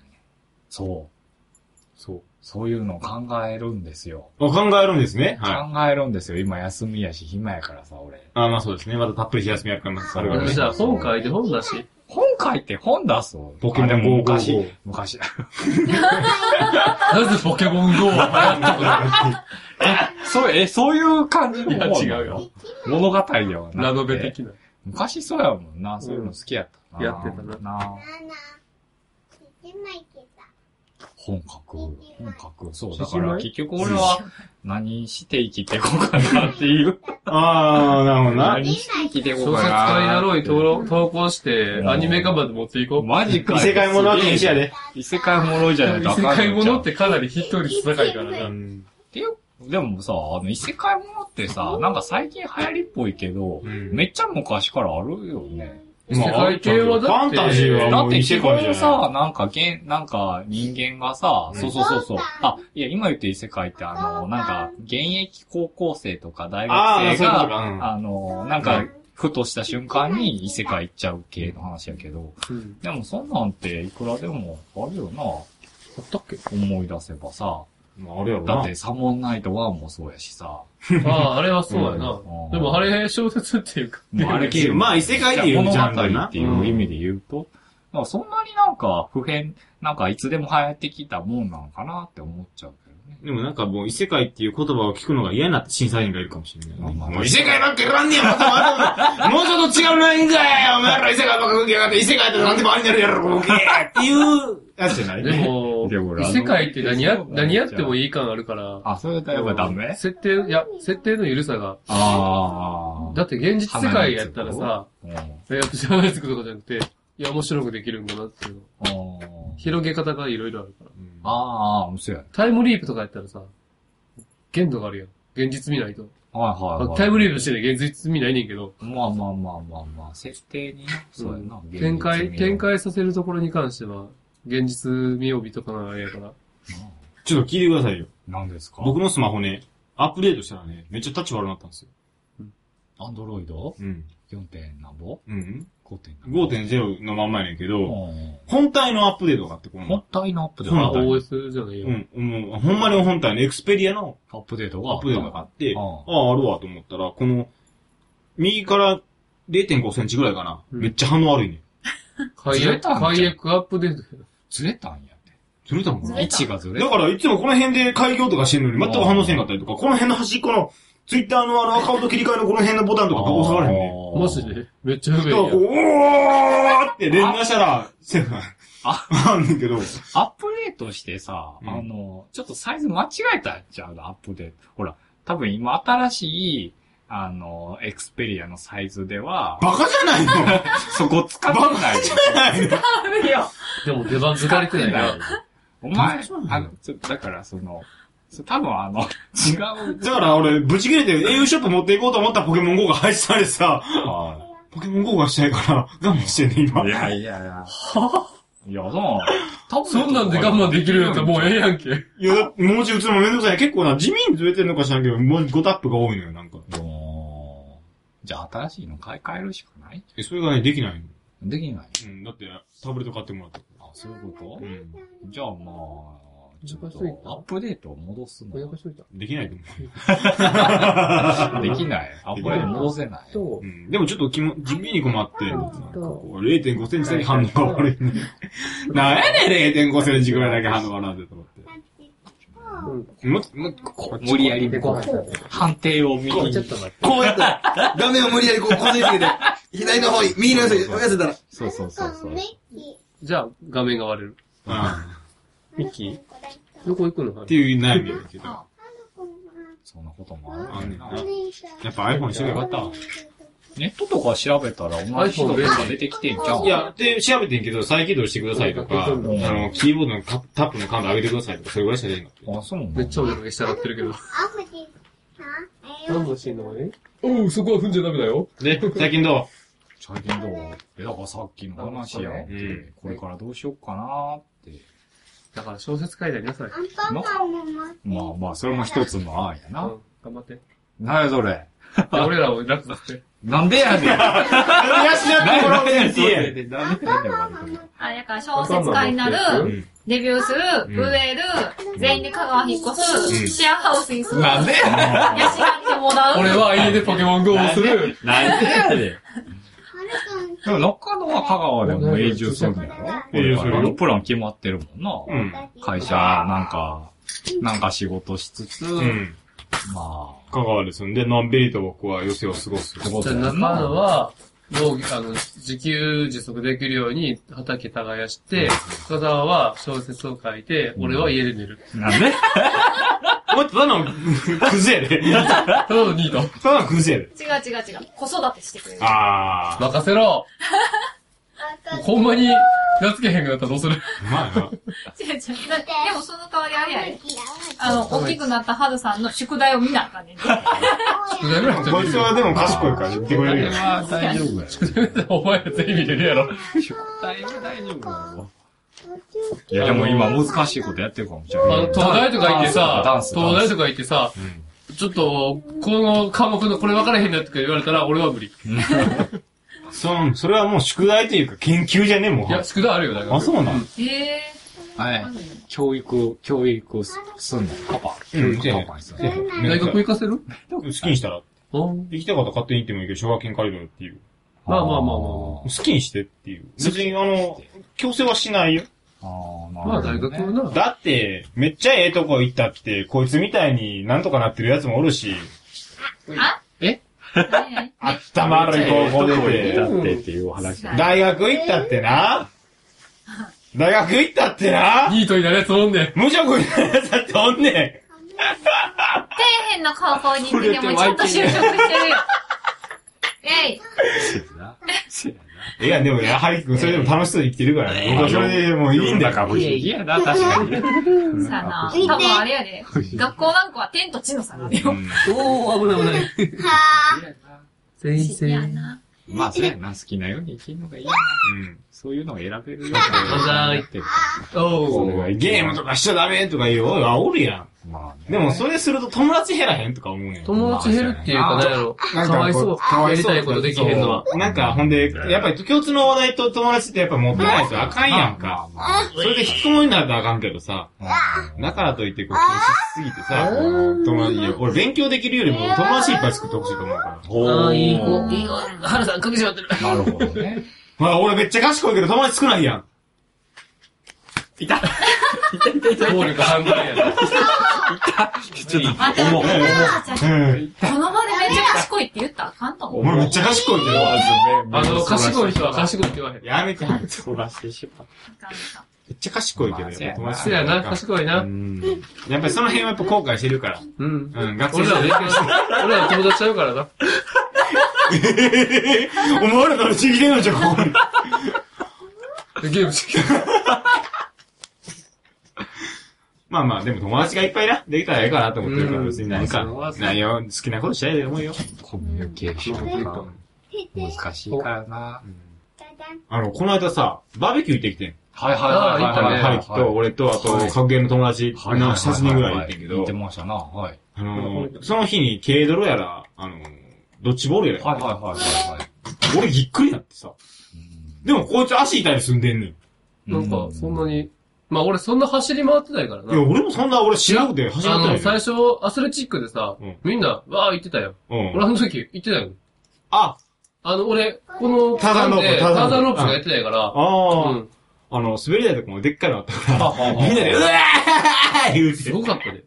Speaker 4: そう。
Speaker 3: そう。
Speaker 4: そういうのを考えるんですよ。
Speaker 3: お考えるんですね。はい。
Speaker 4: 考えるんですよ。今休みやし、暇やからさ、俺。
Speaker 3: あまあそうですね。またたっぷり休みあるから、またあるから
Speaker 2: じ
Speaker 3: ね。
Speaker 2: ゃあ、本書いて本出し。
Speaker 4: 本書いて本出す
Speaker 3: ポケモン
Speaker 4: あでも
Speaker 3: GO
Speaker 4: 昔、昔。
Speaker 2: なぜポケモン GO は流行ったの
Speaker 4: そう、え、そういう感じの本
Speaker 2: いや違うよ。
Speaker 4: 物語ではなくて
Speaker 2: ラノベ的な。
Speaker 4: 昔そうやもんな、そういうの好きやったな。
Speaker 2: やってたな
Speaker 4: 本書く、本書く。そう、だ
Speaker 2: 獅子
Speaker 4: か
Speaker 2: 舞
Speaker 4: ら結局俺は何して生きていこうかなって いう。
Speaker 3: あー、なるほどな。
Speaker 4: 何して生きていこ
Speaker 2: 小
Speaker 4: うか
Speaker 2: 説
Speaker 4: な。
Speaker 2: 家になろうに登録投稿して、アニメ化まで持っていこう。
Speaker 4: マジか
Speaker 3: 異
Speaker 4: よ。
Speaker 3: 世界ものは禁止やで。
Speaker 4: 異世界ものじゃない
Speaker 2: 異
Speaker 4: とあ
Speaker 2: 世
Speaker 4: かん
Speaker 2: 界
Speaker 4: の
Speaker 2: も
Speaker 4: ちゃう
Speaker 2: のってかなりヒット率高いから
Speaker 3: う
Speaker 2: な。
Speaker 3: ん。
Speaker 4: っていう、でもさ、あの、異世界ものってさ、なんか最近流行りっぽいけど、
Speaker 3: うん
Speaker 4: めっちゃ昔からあるよね。
Speaker 2: 異世界系は
Speaker 3: ファ
Speaker 2: だっ
Speaker 3: ン
Speaker 2: て、
Speaker 3: タジーは
Speaker 4: だ
Speaker 3: も
Speaker 4: っ
Speaker 3: う
Speaker 4: て
Speaker 3: 異
Speaker 4: 基
Speaker 3: 世界じゃ
Speaker 4: 本さ、
Speaker 3: な
Speaker 4: なんか、げん、なんか、人間がさ、
Speaker 3: うん
Speaker 4: そうそうそうそう。あ、いや、今言ってる異世界って、あの、なんか、現役高校生とか大学生
Speaker 3: あーそういうことかう
Speaker 4: が、
Speaker 3: ん
Speaker 4: あの、なん
Speaker 3: う
Speaker 4: か
Speaker 3: ん、
Speaker 4: ふとした瞬間に異世界行っちゃう系の話やけど、
Speaker 2: うん
Speaker 4: でもそんなんて、いくらでもあるよな。
Speaker 2: あったっけ
Speaker 4: 思い出せばさ。
Speaker 3: い。あれやろ
Speaker 4: だ
Speaker 3: な
Speaker 4: って、サモンナイト1もそうやしさ。
Speaker 2: ああ、あれはそうやな。
Speaker 4: うん
Speaker 2: でもあれ小説っていうか。
Speaker 4: もうあれゲーム。
Speaker 3: まあ異世界でいうジャンルだな
Speaker 4: 物語っていう意味で言うと、まあそんなになんか普遍、なんかいつでも流行ってきたもんなのかなって思っちゃうけどね。
Speaker 3: でもなんかもう異世界っていう言葉を聞くのが嫌になって審査員がいるかもしれないね。
Speaker 4: まあ
Speaker 3: もう異世界ばっかいらんねえよまたまたもうちょっと違うのないんかいお前ら異世界ばっか書きやがって異世界ってなんでもありになるやろ ボケーっていうやつじゃない
Speaker 2: でも、
Speaker 4: でも俺
Speaker 2: 異世界って何や
Speaker 4: あ、の
Speaker 2: 何やってもいい感あるから。
Speaker 4: あ、それだやっぱダメ
Speaker 2: 設定、いや、設定の緩さが。
Speaker 4: ああ。
Speaker 2: だって現実世界やったらさ、
Speaker 4: うん、あ
Speaker 2: いや、しゃべつくとかじゃなくて、いや、面白くできるんだなっていうの。
Speaker 4: ー
Speaker 2: 広げ方がいろいろあるから。
Speaker 4: あー、面白い。
Speaker 2: タイムリープとかやったらさ、限度があるやん。現実見ないと。
Speaker 4: はいはい、はい。
Speaker 2: タイムリープしてね、現実見ないねんけど、
Speaker 4: まあまあまあまあまあ、設定にねそうやな。
Speaker 2: 展
Speaker 4: 現実
Speaker 2: 開、
Speaker 4: 味を
Speaker 2: 展。開させるところに関しては、現実見帯とかのあれやから。
Speaker 3: ちょっと聞いてくださいよ。
Speaker 4: 何ですか
Speaker 3: 僕のスマホね、アップデートしたらね、めっちゃ立ち悪くなったんですよ。
Speaker 4: アンドロイド
Speaker 3: うん。
Speaker 4: ?4 点なんぼ
Speaker 3: うん。
Speaker 4: ?5 点なんぼ
Speaker 3: 5.0のまんまやねんけど、
Speaker 4: うん
Speaker 3: 本体のアップデートがあって、こ
Speaker 4: も
Speaker 3: の
Speaker 4: っ。たいのアップデー
Speaker 3: そ
Speaker 4: ト
Speaker 3: うな
Speaker 2: あ
Speaker 3: んだ
Speaker 2: OS じゃないよ。
Speaker 3: うん、もう、ほんまに本体のエクスペリアの
Speaker 4: アップデートが
Speaker 3: アップデートがあって、
Speaker 4: あ
Speaker 3: あ
Speaker 4: あ
Speaker 3: あ、あるわと思ったら、この、右から0.5センチぐらいかな。
Speaker 2: うん
Speaker 3: めっちゃ反応悪いね。
Speaker 2: 解
Speaker 4: ずれ
Speaker 2: 約、
Speaker 4: たんじゃん
Speaker 2: 解約アップデート。
Speaker 4: ずれたんやっ
Speaker 3: ずれたのか
Speaker 5: ず
Speaker 3: な
Speaker 5: れ
Speaker 4: て。位
Speaker 5: た
Speaker 4: 置がずれ
Speaker 3: だから、いつもこの辺で開業とかしてるのに全く反応せんかったりとか、この辺の端っこの、ツイッターのあのアカウント切り替えのこの辺のボタンとかが押されへんね。
Speaker 2: マジでめっちゃ不
Speaker 3: だからこう、
Speaker 2: 便
Speaker 3: おーって連打したら、セーフなん。
Speaker 4: あ
Speaker 3: あんねんけど。
Speaker 4: アップデートしてさ、
Speaker 3: うん
Speaker 4: あの、ちょっとサイズ間違えたんちゃうの、アップデート。ほら、多分今新しい、あの、エクスペリアのサイズでは、
Speaker 3: バカじゃないの
Speaker 4: そこ使ってない。
Speaker 5: るよ。
Speaker 2: や。でも出番ずかれてない な。
Speaker 4: お前
Speaker 3: そうな、の
Speaker 4: あの、ちょだからその、そ多分あの、違う。
Speaker 3: だから俺、ブチ切れて au ショップ持っていこうと思ったらポケモン GO が配信されてさ、ポケモン GO がしたいから、我慢してんね、今。
Speaker 4: いやいやいや。い や、その、多分
Speaker 2: そんなんで我慢できるんやったらもうええやんけ。
Speaker 3: いや、文字打つのもめんどくさい。結構な、地味にずれてんのか知らんけど、文字5タップが多いのよ、なんか。
Speaker 4: もうじゃあ新しいの買い替えるしかない
Speaker 3: え、それがね、できないの。
Speaker 4: できない。
Speaker 3: うん、だって、タブレット買ってもらった。
Speaker 4: あ、そういうこ
Speaker 3: うん。
Speaker 4: とじゃあまあ、ちょっとアップデートを戻すの
Speaker 2: お
Speaker 4: で
Speaker 2: やかしといた。
Speaker 3: できないと思
Speaker 4: きない。アップデート戻せない。
Speaker 3: う。うん。でもちょっと気も、地味に困って、なんかこう0.5センチだけ反応が悪いね。なんやねん、0.5センチぐらいだけ反応が悪いってと思って。
Speaker 5: な
Speaker 2: うん
Speaker 3: ももこ
Speaker 4: 無理やり
Speaker 2: で、こうやって
Speaker 4: 判定を右
Speaker 2: ちょっ
Speaker 4: に。
Speaker 2: と待って。
Speaker 6: こうやったら、画面を無理やりこう、こすりつけて、左の方に、右の方に追いかせたら、
Speaker 4: そうそうそうそう。
Speaker 2: じゃあ、画面が割れる。
Speaker 3: あ
Speaker 2: ミッキーどこ行くの
Speaker 3: っていう悩みやけど。
Speaker 5: あ
Speaker 4: そんなこともあるねんな
Speaker 3: あんねんやっぱ iPhone にして
Speaker 4: よか
Speaker 3: よ。
Speaker 4: った。ネットとか調べたら同じ人とか出てきてんじゃん。
Speaker 3: いや、で、調べてんけど、再起動してくださいとか、あ
Speaker 2: うん
Speaker 3: の、キーボードのタタップの感度上げてくださいとか、それぐらいしか出んのって。
Speaker 4: あ、そうなんだ
Speaker 2: めっちゃお出かけしたらってるけど。
Speaker 7: 何
Speaker 2: 何欲しいのえおう、そこは踏んじゃダメだよ。
Speaker 3: で、 最近ど
Speaker 4: 最近どうえ、だからさっきの話や。
Speaker 2: うん
Speaker 4: これからどうしよっかなって。
Speaker 2: だから小説書いてありなさい。
Speaker 4: まあまあ、それも一つの案や
Speaker 2: う
Speaker 4: な。
Speaker 2: ん頑張って。
Speaker 4: なやそれ。
Speaker 2: で俺らを楽だって。
Speaker 4: なんでやねん。なん
Speaker 3: うやしなってもらうやつやん。
Speaker 4: でなんでやねん割と。
Speaker 5: あれやから小説家になる、
Speaker 3: うん
Speaker 5: デビューする、
Speaker 3: ん
Speaker 5: 売れる、全員で香川引っ越
Speaker 3: うん
Speaker 5: す、シェアハウスに住む、
Speaker 4: な
Speaker 5: 養
Speaker 4: ん
Speaker 5: っ
Speaker 4: でやね
Speaker 5: てもらう。
Speaker 2: 俺は家でポケモン GO をする。
Speaker 4: ん。なんでやねん。でも中野は香川でも永住するんだよ。これからのプラン決まってるもんな。
Speaker 3: うん。
Speaker 4: 会社、なんか、なんか仕事しつつ、
Speaker 3: うん。
Speaker 4: まあ、
Speaker 3: 香川ですんで、のんびりと僕は余生を過ごす。
Speaker 4: ってこ
Speaker 2: じ
Speaker 4: と
Speaker 2: ゃあ
Speaker 4: や
Speaker 2: 中
Speaker 4: んな
Speaker 2: 野は、農業、あの、自給自足できるように畑耕して、深沢は小説を書いて、俺は家で寝る。
Speaker 4: なんで
Speaker 3: お前、ただの、 クズやで。
Speaker 2: ただのニート。
Speaker 3: ただのクズやで。
Speaker 5: 違う違う違う。子育てしてくれる。
Speaker 3: あー。
Speaker 2: 任せろほんまに、やっつけへんくなったらどうする
Speaker 3: うまいな。
Speaker 5: 違う違う。でもその代わりあれやで。あの、大きくなったハルさんの宿題を見なあかんねん。
Speaker 2: 宿題ぐらい
Speaker 3: こいつはでも賢いから言ってくれるよ。
Speaker 4: は大丈夫 や。
Speaker 2: お前ら全員見れるやろ。
Speaker 4: 大丈夫、大丈夫やろ。いや、でも今難しいことやってるかもしれ
Speaker 2: あ
Speaker 4: ない
Speaker 2: の、。東大とか行って
Speaker 4: ダ
Speaker 2: さ
Speaker 4: ン、ス、
Speaker 2: 東
Speaker 4: ダン
Speaker 2: 大
Speaker 4: ス。
Speaker 2: とか行ってさ、ちょっと、この科目のこれ分からへんなとか言われたら、俺は無理。い
Speaker 3: その、それはもう宿題というか研究じゃねえもん。
Speaker 2: や、宿題あるよ、だから。
Speaker 3: あ、そうなん
Speaker 5: ええ
Speaker 4: はい。教育、教育すすんの。パパ。
Speaker 3: うん
Speaker 4: 教育パパにすんの。
Speaker 2: 大学行かせる
Speaker 3: 好きにしたら、
Speaker 2: うん。
Speaker 3: 行きたかったら勝手に行ってもいいけど、奨学金借りるよっていう。
Speaker 2: まあまあまあまあ
Speaker 3: 好きにしてっていう。別に、あの、強制はしないよ。
Speaker 4: ああ、なるほど。
Speaker 2: まあ大学はな。
Speaker 3: だって、めっちゃええとこ行ったって、こいつみたいになんとかなってるやつもおるし、
Speaker 5: ー。何々
Speaker 3: 頭悪い高校出て、
Speaker 4: だってっていう話だ。
Speaker 3: 大学行ったってな、大学行ったってな、
Speaker 2: ニートになるやつおんねん。
Speaker 3: 無職になるやつだっておんね
Speaker 5: 底辺の高校に行ってでもちゃんと就職してるよ。えい。
Speaker 3: ん。いや、でもやはり君、それでも楽しそうに生きてるから、僕はそれでもういいんだよ。
Speaker 4: か、不思議やな、確か に。
Speaker 5: さあな、多分あれやで、学校なんかは天と地の差がね。
Speaker 2: おー、危ない危ない。全員
Speaker 5: い
Speaker 2: 生。
Speaker 5: やな。
Speaker 4: まあ、そうやな、好きなように生きるのがいいな。そういうのを選べるようになってる。
Speaker 2: お
Speaker 3: う
Speaker 2: ー。
Speaker 3: ん。ゲームとかしちゃダメとか言う、おい、煽るや
Speaker 4: まあ
Speaker 3: ん。
Speaker 4: ね。
Speaker 3: でもそれすると友達減らへんとか思うねん。
Speaker 2: 友達減るっていうか、なんやろ。
Speaker 3: なん
Speaker 2: かわいそう。
Speaker 3: かわ
Speaker 2: や
Speaker 3: い
Speaker 2: り
Speaker 3: そう
Speaker 2: たいことできへんのは。
Speaker 3: そうなんか、ほんで、やっぱり共通の話題と友達ってやっぱ持ってないとあかんやんか。
Speaker 4: まあ
Speaker 3: それで引きこもりになるとあかんけどさ、
Speaker 4: まあ
Speaker 3: だからといってこう、禁止しすぎてさ、友達、いや俺勉強できるよりも友達いっぱい作ってほしいと思うから。
Speaker 4: ほう
Speaker 2: 子。はるさん、かけちまってる。
Speaker 4: なるほどね。
Speaker 3: まあ俺めっちゃ賢いけど友達少ないやん。
Speaker 2: 暴力犯罪 やな。
Speaker 4: ちょっ
Speaker 5: あんた、
Speaker 4: と、重
Speaker 5: こ
Speaker 4: い。重い
Speaker 3: うん。
Speaker 5: の場でめっちゃ賢いって言ったらあかんと思う。
Speaker 3: 俺めっちゃ賢いけど。
Speaker 2: あの、賢い人は賢いって言わへん。
Speaker 3: やめて。め
Speaker 4: そらしてしまっ
Speaker 5: あかんさ
Speaker 3: っちゃ賢いけど、やっぱ友達
Speaker 2: そうやな、
Speaker 3: 賢い。
Speaker 2: 賢いうな。
Speaker 3: ん。やっぱりその辺はやっぱ後悔してるから。
Speaker 2: うん。
Speaker 3: うん、学生
Speaker 2: 俺ら
Speaker 3: さん
Speaker 2: 勉強して、俺ら友達ちゃうからな。
Speaker 3: お前らからちぎれんのじゃん、ここに。
Speaker 2: ゲームしてき
Speaker 3: まあまあ、でも友達がいっぱいな、できたらええかなと思ってるから、
Speaker 2: うん
Speaker 3: 別になんか
Speaker 4: そうそう、
Speaker 3: 内容、好きなことしたいと思うよ。
Speaker 4: た。コミュニケーションが難しいからな。
Speaker 3: あの、この間さ、バーベキュー行ってきてん。
Speaker 4: はいはい
Speaker 2: ああ行ったね
Speaker 4: はいは
Speaker 3: ハ
Speaker 4: い。
Speaker 3: ルキと、俺と、あと
Speaker 4: はい、
Speaker 3: 格言の友達、
Speaker 4: はい
Speaker 3: 7、8人ぐらい行ってんけ
Speaker 4: 言
Speaker 3: ど
Speaker 4: って、ましたな。はい。
Speaker 3: あのー、その日に軽泥やら、あのー、ドッジボールやら、
Speaker 4: はいはいはいはいはい。
Speaker 3: 俺ぎっくりなってさ。でもこいつ足痛いに住んでんねん。い
Speaker 2: な
Speaker 4: うんん
Speaker 2: か、そんなに。まあ俺そんな走り回ってないからな
Speaker 3: や、。俺もそんな俺知らなくて走
Speaker 2: あ
Speaker 3: って
Speaker 2: の、
Speaker 3: ないの
Speaker 2: 最
Speaker 3: よ。
Speaker 2: 初、アスレチックでさ
Speaker 3: うん、
Speaker 2: みんな、わー言ってたよ。
Speaker 3: う
Speaker 2: 俺あ
Speaker 3: ん。
Speaker 2: の時言ってたよ。
Speaker 3: あ、
Speaker 2: あの、俺、この、
Speaker 3: ターザンロープ
Speaker 2: で
Speaker 3: ターザンロープ
Speaker 2: ターザンロープしかやってないから、
Speaker 3: あ
Speaker 2: う
Speaker 3: ー。
Speaker 2: ん。
Speaker 3: あの、滑り台とかもでっかいのあったか
Speaker 4: ああ
Speaker 3: ら、みんなで、うわー言う
Speaker 2: す
Speaker 3: て。
Speaker 2: ごかったね。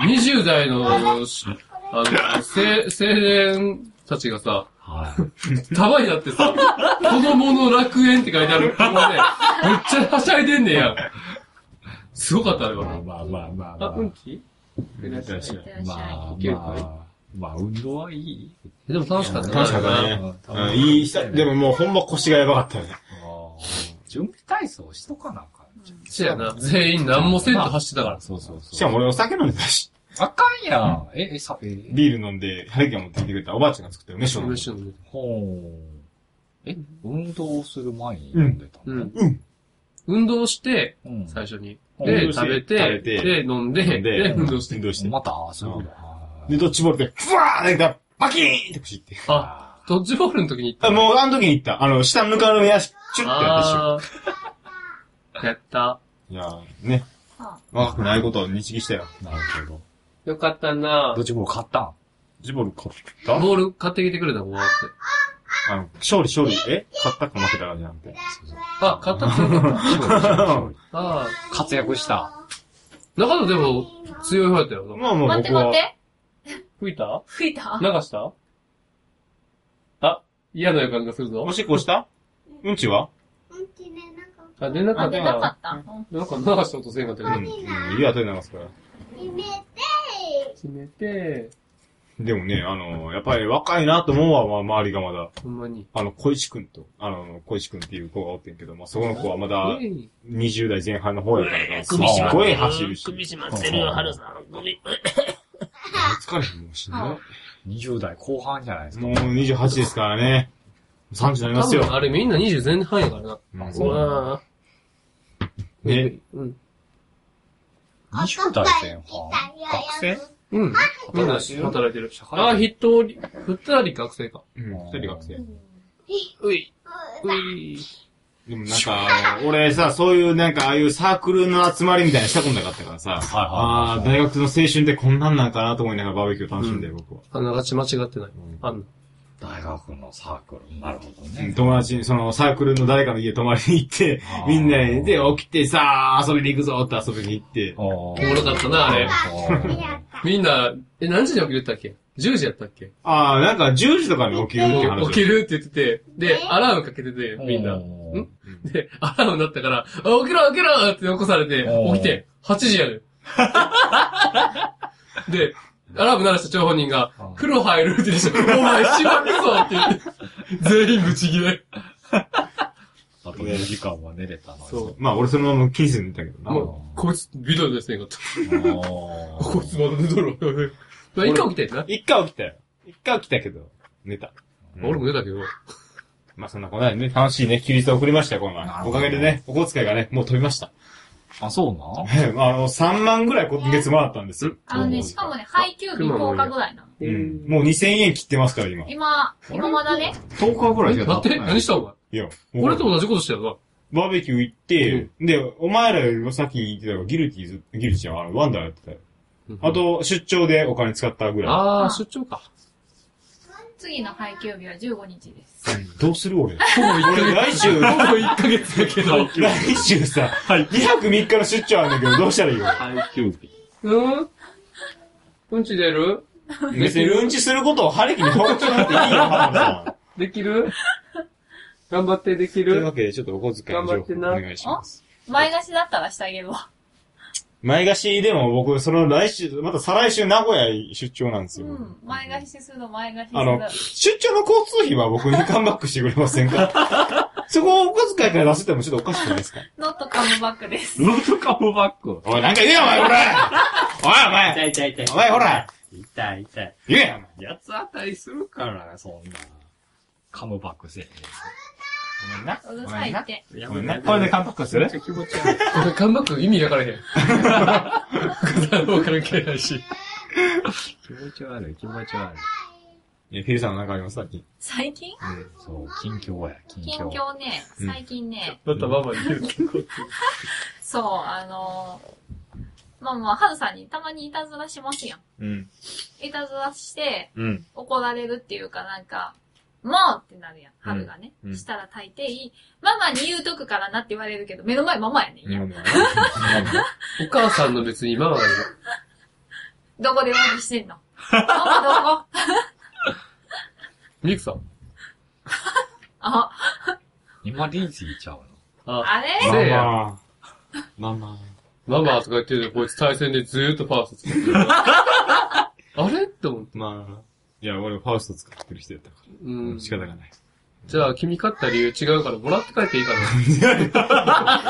Speaker 2: 20代の、しあの、せ青年たちがさ、
Speaker 4: はい。
Speaker 2: 束になってさ、子供の楽園って書いてある車で、めっちゃはしゃいでんねや。すごかった、あれ
Speaker 4: まあ
Speaker 2: は。
Speaker 4: まあまあまあま
Speaker 2: あ、
Speaker 4: あ。
Speaker 2: うんち
Speaker 5: いってらっし
Speaker 4: ま
Speaker 5: ゃい。
Speaker 4: あ
Speaker 2: いける
Speaker 4: ま
Speaker 2: かい
Speaker 4: あ、まあ運動はいい。
Speaker 2: でも楽しかったな。
Speaker 3: 楽しかったねうんいいした、でももうほんま腰がやばかったよね。
Speaker 4: あー準備体操しとかなんかんじゃん。
Speaker 2: そうやな。全員何もせんと走ってたから。
Speaker 4: そうそうそう。
Speaker 3: しかも俺お酒飲んでたし、
Speaker 4: あかんやん。え、え、さ、え、
Speaker 3: ビール飲んで、ハルキが持ってきてくれたおばあちゃんが作ったよね、ショ
Speaker 2: 嬉しい
Speaker 3: ー
Speaker 2: のね
Speaker 4: ほう。え、運動する前に飲んでた
Speaker 2: う
Speaker 4: の
Speaker 2: ん。運動して、
Speaker 4: うん
Speaker 2: 最初に。
Speaker 4: うん
Speaker 3: 運
Speaker 2: で、
Speaker 3: 動して
Speaker 2: 食べて、
Speaker 3: 食べて
Speaker 2: で、飲んで、
Speaker 3: 飲んで
Speaker 2: で、運動して。
Speaker 3: 運動して。
Speaker 4: また、あそういうこと
Speaker 3: で、ドッジボールで、ふわーってかバキーンって走って。
Speaker 2: あ、
Speaker 4: あ
Speaker 2: ドッジボールの時に行った
Speaker 3: あもうあの時に行った。あの、下のぬかるみやし、チュッてやってしょ。
Speaker 2: あーやった。
Speaker 3: いやー、ね。若くないことを認識したよ。
Speaker 4: ーなるほど。
Speaker 2: よかったな
Speaker 4: ドッジボール買ったん
Speaker 3: ジボル買った
Speaker 2: ボール買ってきてくれた子があって。
Speaker 3: あの、勝利勝利。え買ったか負けたかじゃなくて。
Speaker 2: あ、買ったってよか っ
Speaker 3: 勝
Speaker 2: た。ああ。
Speaker 4: た活躍した。
Speaker 2: 中野でも強い方やったよな。
Speaker 3: まあまあ
Speaker 5: 待って
Speaker 3: 僕
Speaker 5: 待っ
Speaker 3: は、
Speaker 5: て。
Speaker 2: 吹いた
Speaker 5: 吹いた
Speaker 2: 流したあ、嫌な予感がするぞ
Speaker 3: お。しっこしたうんちは
Speaker 7: うんちね、なんか、
Speaker 2: あ、出なか
Speaker 5: あ、
Speaker 2: った
Speaker 5: 出
Speaker 2: な。
Speaker 5: なかった。うん
Speaker 2: なんか流した音せんかった
Speaker 3: う
Speaker 2: け
Speaker 3: ん。う
Speaker 2: ど。
Speaker 3: んいい後で流すから。
Speaker 7: 決めて、
Speaker 2: 決めて、
Speaker 3: でもね、あの、やっぱり若いなと思うわ、まあ周りがまだ。
Speaker 2: ほんまに。
Speaker 3: あの、小石くんと、あの、小石くんっていう子がおってんけど、まあ、そこの子はまだ
Speaker 2: イェイ
Speaker 3: 20代前半の方やから、すっ
Speaker 4: 首絞まってる
Speaker 3: ごい走るし。
Speaker 1: 首
Speaker 3: 疲
Speaker 1: 締まってる、春さん。首、
Speaker 3: れへんもんしな
Speaker 4: 20代後半じゃないです
Speaker 3: い。
Speaker 4: か。
Speaker 3: もう28ですからね。30になりま
Speaker 2: 多
Speaker 3: すよ。
Speaker 2: 分あれみんな20前半やからな。
Speaker 3: うん
Speaker 4: あそう
Speaker 2: わー
Speaker 3: ね。
Speaker 2: うん。
Speaker 4: 20代前半学生
Speaker 2: うん。みんな
Speaker 4: 働いてる
Speaker 2: 働いてる。
Speaker 4: 社会人
Speaker 2: あ、一人、二人学生か。
Speaker 3: うん、二人学生。
Speaker 2: ういうい。
Speaker 3: でもなんか、あの俺さ、そういうなんか、ああいうサークルの集まりみたいなしたことなかったからさ、
Speaker 4: は
Speaker 3: ああ、大学の青春ってこんなんなんかなと思いながらバーベキュー楽しんで、僕は。
Speaker 2: あながち間違ってない。あんな。
Speaker 4: 大学のサークル。なるほど
Speaker 3: うん
Speaker 4: ね。
Speaker 3: 友達に、そのサークルの誰かの家泊まりに行って
Speaker 4: あ、ー
Speaker 3: みんなで起きてさあ、遊びに行くぞって遊びに行って、
Speaker 4: お
Speaker 2: おもろかったな、あれ。
Speaker 7: やった。
Speaker 2: みんな、え、何時に起きるって言ったっけ ?10 時やったっけ
Speaker 3: ああ、なんか10時とかに起きるって話。
Speaker 2: 起きるって言ってて、で、アラームかけてて、みんな。
Speaker 4: ん
Speaker 2: で、アラームになったから、あ、起きろ起きろって起こされて
Speaker 4: お、ー
Speaker 2: 起きて、8時や で。で、アラーム鳴らした張本人が
Speaker 4: あー、
Speaker 2: 風呂入るって言って、お前しばくぞって言って、全員ブチ切れ。
Speaker 4: あと2時間は寝れたのに。
Speaker 2: そう。
Speaker 3: まあ俺そのまま金銭見たけどな。
Speaker 2: もう、こいつ、ビデオですね、かと。
Speaker 4: おー
Speaker 2: こいつまだ寝とるわ。まあ一回起きてんな。
Speaker 3: 一回起きたよ。一回起きたけど、寝た。うん
Speaker 2: 俺も寝たけど。
Speaker 3: まあそんなことないね。楽しいね、休日を送りましたよ、この
Speaker 4: な
Speaker 3: 前。
Speaker 4: るほ
Speaker 3: お
Speaker 4: ど
Speaker 3: かげでね、お小遣いがね、もう飛びました。
Speaker 4: あ、そうな
Speaker 3: まああの、3万ぐらい今月もらったんですよ。
Speaker 5: あのね、しかもね、配給日10日ぐらいなの。
Speaker 3: うんもう2000円切ってますから、今。
Speaker 5: 今、今まだね、
Speaker 3: 10日ぐらい
Speaker 2: え待って、何したお前。
Speaker 3: いや、もう
Speaker 2: 俺と同じことしたよな。
Speaker 3: バーベキュー行って、で、お前らよりもさっき言ってたのがギルティーズ、ギルティーじゃん、あの、ワンダーやってたよ。あ、と、出張でお金使ったぐら
Speaker 2: あー、出張か。
Speaker 5: 次の配給日は15日です。
Speaker 3: い。どうする俺。
Speaker 2: ほぼ1ヶ
Speaker 3: 俺来週、
Speaker 2: ほぼ1ヶ月やけど。
Speaker 3: 来週さ、2泊3日の出張あるんだけど、どうしたらいいよ。
Speaker 4: 配給日。
Speaker 2: うんうんち出る
Speaker 3: 別にうんちすることを晴れ着に報告 なんていいよ、浜田さん。
Speaker 2: できる頑張ってでき
Speaker 3: という
Speaker 2: る
Speaker 3: わけで、ちょっとお小遣いの情報お願いします。
Speaker 5: 前貸しだったらしてあげるわ。
Speaker 3: 前貸しでも僕、その来週、また再来週名古屋へ出張なんです
Speaker 5: う
Speaker 3: よ。
Speaker 5: ん。前貸しするの、前貸しす
Speaker 3: あの、
Speaker 5: る。
Speaker 3: 出張の交通費は僕にカムバックしてくれませんかそこをお小遣いから出せてもちょっとおかしくないですか
Speaker 5: ノットカムバックです。
Speaker 4: ロードカムバック。
Speaker 3: おい、なんか言えよ、お前、おらおい、お前
Speaker 1: 痛い痛い痛い
Speaker 3: お。前、ほら
Speaker 4: 痛い痛い。
Speaker 3: 言えよ、
Speaker 4: 八つ当たりするから、そんな。カムバックせえへん。ごめんな。
Speaker 5: うるさいって。
Speaker 3: お前。ごめんなこれでカムバックする
Speaker 4: 気持ち悪い。
Speaker 2: これ頑張く意味わから へん。 片方関係ないし。
Speaker 4: 気持ち悪い、気持ち悪い。
Speaker 3: え、フィルさんの中ありますさっき。
Speaker 5: 最近
Speaker 4: そう、近況や、近
Speaker 5: 近
Speaker 4: 況。
Speaker 5: 況ね、最近ね、
Speaker 2: だったままに言うけど。
Speaker 5: そう、あのー、まあまあ、はずさんにたまにいたずらしますやん。
Speaker 3: うん。
Speaker 5: いたずらして、
Speaker 3: うん。
Speaker 5: 怒られるっていうかなんか、もうってなるやん、春がね。
Speaker 4: うんうん
Speaker 5: したら大抵、ママに言うとくからなって言われるけど、目の前ママやねんや。
Speaker 4: 今のはね
Speaker 2: お母さんの別に今は
Speaker 5: どこで浮気してんのママどこ
Speaker 2: ミクさん。
Speaker 5: あ、
Speaker 4: 今リンジーちゃうの
Speaker 2: あ、
Speaker 5: あれ
Speaker 2: ママ
Speaker 3: ママ。
Speaker 2: ママとか言ってるけど、こいつ対戦でずーっとファースト作 ってる。あれって思って。
Speaker 3: まあ。いや、俺ファウスト使ってる人やったか
Speaker 2: う
Speaker 3: ら。
Speaker 2: ん。
Speaker 3: 仕方がない。
Speaker 2: じゃあ、君勝った理由違うから、もらって帰っていいか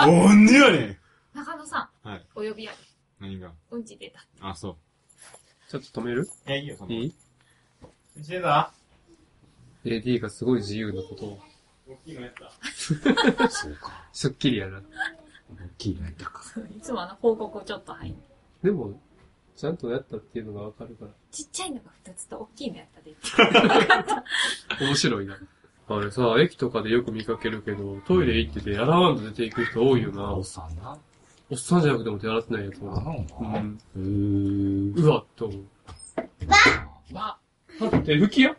Speaker 3: おんねやねん
Speaker 5: 中野さん。
Speaker 3: はい
Speaker 5: お呼びやで。
Speaker 3: 何が
Speaker 5: うんち出た。
Speaker 3: あ、そう。
Speaker 2: な。ちょっと止める
Speaker 3: いや、いいよ、その。
Speaker 2: いい
Speaker 3: してた
Speaker 2: ?AD がすごい自由なことを。
Speaker 3: 大きいのやった。
Speaker 4: そうか。
Speaker 2: すっきりやな。
Speaker 4: 大きいのやったか。
Speaker 5: いつもあの報告をちょっと入る。
Speaker 2: でも、ちゃんとやったっていうのがわかるか
Speaker 5: ちっちゃいのが2つと大きいのやったで。
Speaker 2: ら。面白いな。あれさ、駅とかでよく見かけるけど、トイレ行っててやらわんと出ていく人多いよな。
Speaker 4: お
Speaker 2: お
Speaker 4: っ
Speaker 2: っ
Speaker 4: さんな。
Speaker 2: さんじゃなくても手洗ってないやつ
Speaker 4: な
Speaker 2: も。
Speaker 4: の
Speaker 2: う
Speaker 4: な。
Speaker 2: ん。
Speaker 4: うー。
Speaker 2: うわっと思う。
Speaker 4: ま
Speaker 2: だって、拭きや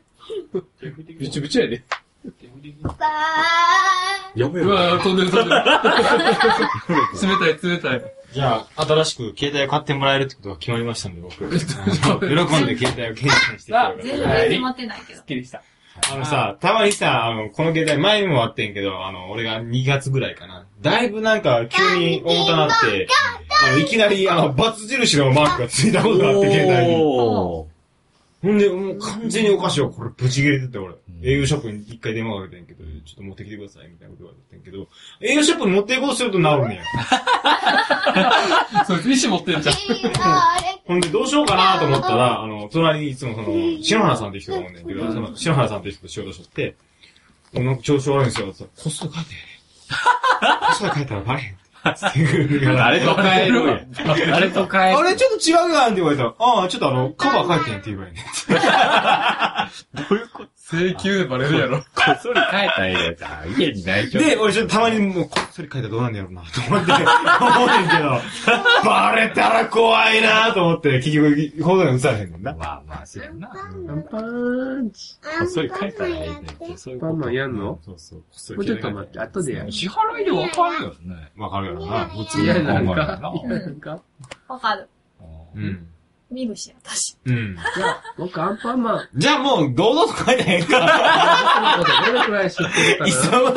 Speaker 2: びちびちやで。
Speaker 7: バー
Speaker 4: やべ
Speaker 2: うわ飛んでる飛んでる。冷たい冷たい。
Speaker 3: じゃあ、新しく携帯を買ってもらえるってことが決まりましたんで、 僕。喜んで携帯を検査してくれる
Speaker 5: 全然決まってないけど。
Speaker 1: きりした。
Speaker 3: あのさ、たまにさ、あの、この携帯前にもあってんけど、あの、俺が2月ぐらいかな。だいぶなんか急に重たなって、あの、いきなり、あの、バツ印のマークがついたことがあって、携帯に。
Speaker 4: おー。
Speaker 3: ほんで、もう完全にお菓子をこれぶち切れてて、俺
Speaker 4: ん。
Speaker 3: 営業ショップに一回電話かけてんけど、ちょっと持ってきてください、みたいなこと言われてんけど、営業ショップに持っていこうとすると治るねん。
Speaker 2: そいつ石持ってんじゃん。
Speaker 3: ほんで、どうしようかなと思った ら、あの、隣にいつもそ の、篠原さんって人がおんねんけど、その、篠原さんって人と仕事しとって、もうなんか調子悪いんですよ。って言ったらこっそり書いて。こっそり書いたらバレへんって。
Speaker 4: あれと変えるわ。あれと変え
Speaker 3: あ
Speaker 4: る。
Speaker 3: れちょっと違うやんって言われたら、ああ、ちょっとあの、カバー書いてんって言えばいいね。
Speaker 2: 請求でバレるやろ。
Speaker 4: こっそり変えたらええやつあ。家にない
Speaker 3: で、俺ちょっとたまにもう、こっそり書いたらどうなんねやろうな、と思 って、思うねんけど、バレたら怖いなと思って、結局、ほどに映されへんねんな。
Speaker 4: まあまあ、そうやな。こ
Speaker 7: ン
Speaker 2: パーンチ。
Speaker 7: ア
Speaker 4: っそ
Speaker 7: ン
Speaker 4: り
Speaker 7: パ
Speaker 4: 変え
Speaker 7: ン
Speaker 4: た
Speaker 7: マ
Speaker 4: ら
Speaker 7: ン
Speaker 4: ええ
Speaker 7: や
Speaker 4: ねん
Speaker 7: って
Speaker 4: って、そういうこ
Speaker 2: パン
Speaker 4: と
Speaker 2: マン。やんの
Speaker 3: そうそう。こっそ
Speaker 2: もう
Speaker 3: り
Speaker 2: ちょっと
Speaker 3: 携帯書い
Speaker 2: 待ってて、後でやる。
Speaker 4: 支払いでわかるよね。
Speaker 3: わかるやろな、普通
Speaker 2: 嫌
Speaker 3: に
Speaker 2: なん
Speaker 3: 考えたら
Speaker 2: か
Speaker 4: な。
Speaker 2: 嫌なんか
Speaker 5: わかる。
Speaker 4: う
Speaker 3: う
Speaker 4: ん
Speaker 3: ん。
Speaker 5: 見るし、私。
Speaker 3: うん。
Speaker 2: じゃあ、僕アンパンマン。
Speaker 3: じゃあもう、堂々と書いてへんから。
Speaker 2: どれくらい知ってるか
Speaker 3: いっそのこと、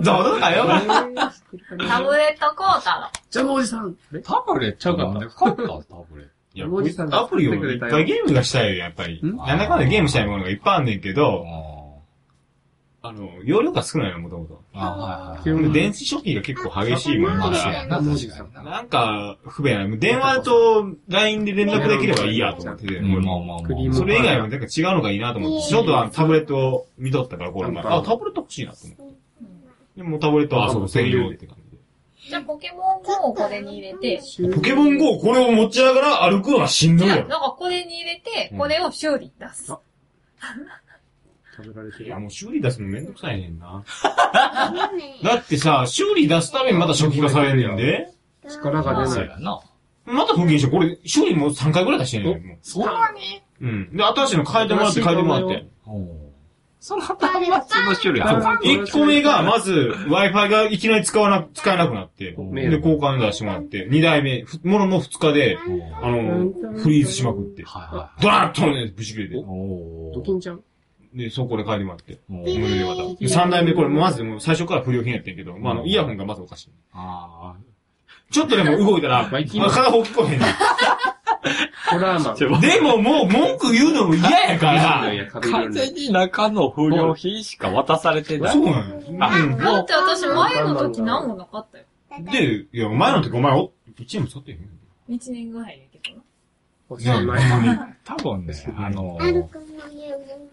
Speaker 3: 堂々と書いよう。
Speaker 5: タブレットコータ
Speaker 2: ジャムおじさん。え
Speaker 4: タブレットなんで買ったのタブレット。
Speaker 3: いや、こいつアプリをいっぱいゲームがしたいよ、やっぱり。
Speaker 2: ん
Speaker 3: なんだかんだゲームしたいものがいっぱいあんねんけ
Speaker 4: あ
Speaker 3: ど、あの、容量が少ないの、もともと。
Speaker 4: あ。ああ、はい
Speaker 2: 急
Speaker 4: はい。
Speaker 2: に
Speaker 3: 電子初期が結構激しいもん
Speaker 4: ま
Speaker 3: だ
Speaker 4: あ、そう
Speaker 3: か
Speaker 4: やな、確かに
Speaker 3: ら、
Speaker 4: な。
Speaker 3: なんか、不便やな。電話と LINE で連絡できればいいやと思ってて、
Speaker 4: うんまあまあ
Speaker 2: クリー
Speaker 4: ま
Speaker 2: ム
Speaker 4: あ。
Speaker 3: それ以外はなんか違うのがいいなと思って、ちょっとあのタブレットを見とったから、これ前。
Speaker 2: うん
Speaker 3: あ、タブレット欲しいなと思って。
Speaker 5: ー。うん
Speaker 3: でもうタブレットは
Speaker 2: あ
Speaker 3: そ、
Speaker 2: そうう
Speaker 3: 専用って感じ
Speaker 5: じゃあ、ポケモン GO をこれに入れて、
Speaker 3: で。ポケモン GO これを持ちながら歩くのはしんどい
Speaker 5: じゃあ、
Speaker 3: や
Speaker 5: なん
Speaker 3: ろ。
Speaker 5: かこれに入れて、これを修理に出す。
Speaker 2: 食べられて
Speaker 3: い
Speaker 2: る
Speaker 3: や、。もう修理出すのめんどくさいねんな。
Speaker 7: ン
Speaker 3: だってさ、修理出すためにまた初期化されるんで、
Speaker 2: 力
Speaker 5: が
Speaker 2: 出
Speaker 4: そ
Speaker 2: な
Speaker 4: う
Speaker 2: い
Speaker 4: やな。
Speaker 3: また復元して、これ修理もう3回ぐらい出してんねん、もう。
Speaker 4: そんなに
Speaker 3: うん。で、新しいの変えてもらって変えてもらっ
Speaker 2: 新しいのよ
Speaker 3: て。
Speaker 4: その端末の種類あるか
Speaker 2: うん
Speaker 3: 1個目が、まず、Wi-Fi がいきなり使わな、使えなくなって、で、
Speaker 2: メール
Speaker 3: 交換出してもらって、2代目、ふものの2日で、
Speaker 4: は
Speaker 3: あの、フリーズしまくって
Speaker 4: い、は
Speaker 3: ドラッとね、ぶち切れ
Speaker 4: い。
Speaker 3: て、
Speaker 4: お
Speaker 2: ドキンちゃん
Speaker 3: で、そこで変えてもらって、
Speaker 4: お
Speaker 3: 無理でまた。で3代目、これ、まず、もう最初から不良品やってんけど、まあ、あの、イヤホンがまずおかしい。
Speaker 4: あ
Speaker 3: ちょっとでも動いたら、
Speaker 2: バイキン
Speaker 3: まあ片方聞こえへんねん
Speaker 2: ホラーマン。
Speaker 4: あ。
Speaker 3: でももう文句言うのも嫌やか
Speaker 2: い
Speaker 3: ら。
Speaker 2: や、食べれ
Speaker 4: 完
Speaker 2: る
Speaker 4: 全に中の不良品しか渡されてない。
Speaker 3: そうなんよ
Speaker 5: だって私前の時何もなかったよ。
Speaker 3: うん。で、いや、お前の時お前お、一年も使ってへんよ。
Speaker 5: 1年ぐらいやけどな。
Speaker 2: おし
Speaker 3: ねえ、ほん
Speaker 2: まい。
Speaker 3: ま
Speaker 4: 多分ね、あの、
Speaker 7: 歩くのに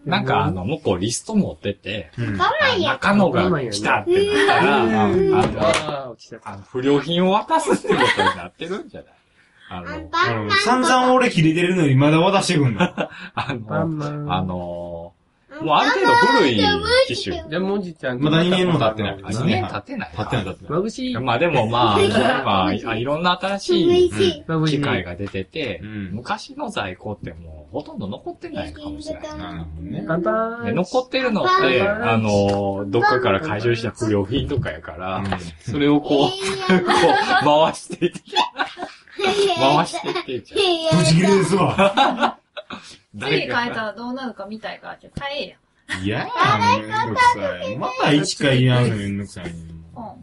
Speaker 4: なんかあの、向こうリスト持ってて、
Speaker 3: に。うん。
Speaker 7: 可愛いや
Speaker 4: 中野が来たってなったら、あの、
Speaker 2: ああ、落ちちゃった。
Speaker 4: あの不良品を渡すってことになってるんじゃないあ
Speaker 7: アン
Speaker 4: の、
Speaker 3: あ
Speaker 7: パン
Speaker 3: の
Speaker 7: マン
Speaker 3: 散々俺切れてるのにまだ渡してくんの。
Speaker 4: あ
Speaker 2: バン
Speaker 4: の、
Speaker 2: マン。
Speaker 4: あの、もうある程度古い機種。
Speaker 2: でもおじちゃん。
Speaker 3: まだ二年も経ってない
Speaker 4: 2年経ってない。
Speaker 3: 立ってない立ってない。
Speaker 2: まぶしい。
Speaker 4: まあでもまあ、今、あいろんな新しい
Speaker 2: まぶしい。
Speaker 4: 機械が出てて、
Speaker 3: うん
Speaker 4: 昔の在庫ってもうほとんど残ってないかもしれない。
Speaker 3: なるほどね。
Speaker 2: バンバ
Speaker 4: で
Speaker 2: ン。
Speaker 4: 残ってるのって、あの、どっかから回収した不良品とかやから、それをこう、こう、回していって、回していってんじ ゃん。
Speaker 3: ぶち切れですわ。
Speaker 5: 次変え
Speaker 4: が
Speaker 5: たらどうなるかみたいから、じゃあ変えや。
Speaker 3: いやや、めんどくさい。また一回やるのめんどくさい。
Speaker 5: うん。